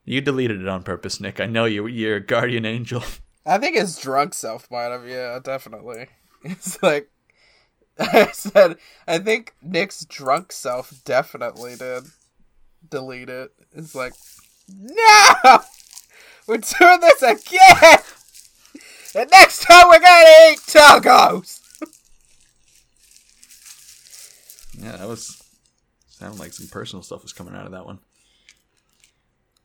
You deleted it on purpose, Nick. I know you. You're a guardian angel.
I think his drunk self might have, yeah, definitely. It's like, I said, I think Nick's drunk self definitely did. delete it. It's like, no, we're doing this again. And next time we're gonna eat tacos.
Yeah, that was sounded like some personal stuff was coming out of that one.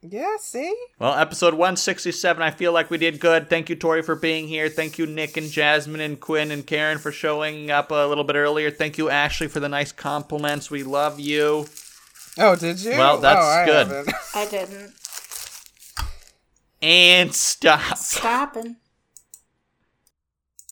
Yeah, see,
Well, episode 167, I feel like we did good. Thank you, Tori, for being here. Thank you, Nick and Jasmine and Quinn and Karen for showing up a little bit earlier. Thank you, Ashley, for the nice compliments. We love you.
Oh, did you?
Well, that's
Oh, I
good.
haven't.
I didn't.
And stop.
Stopping.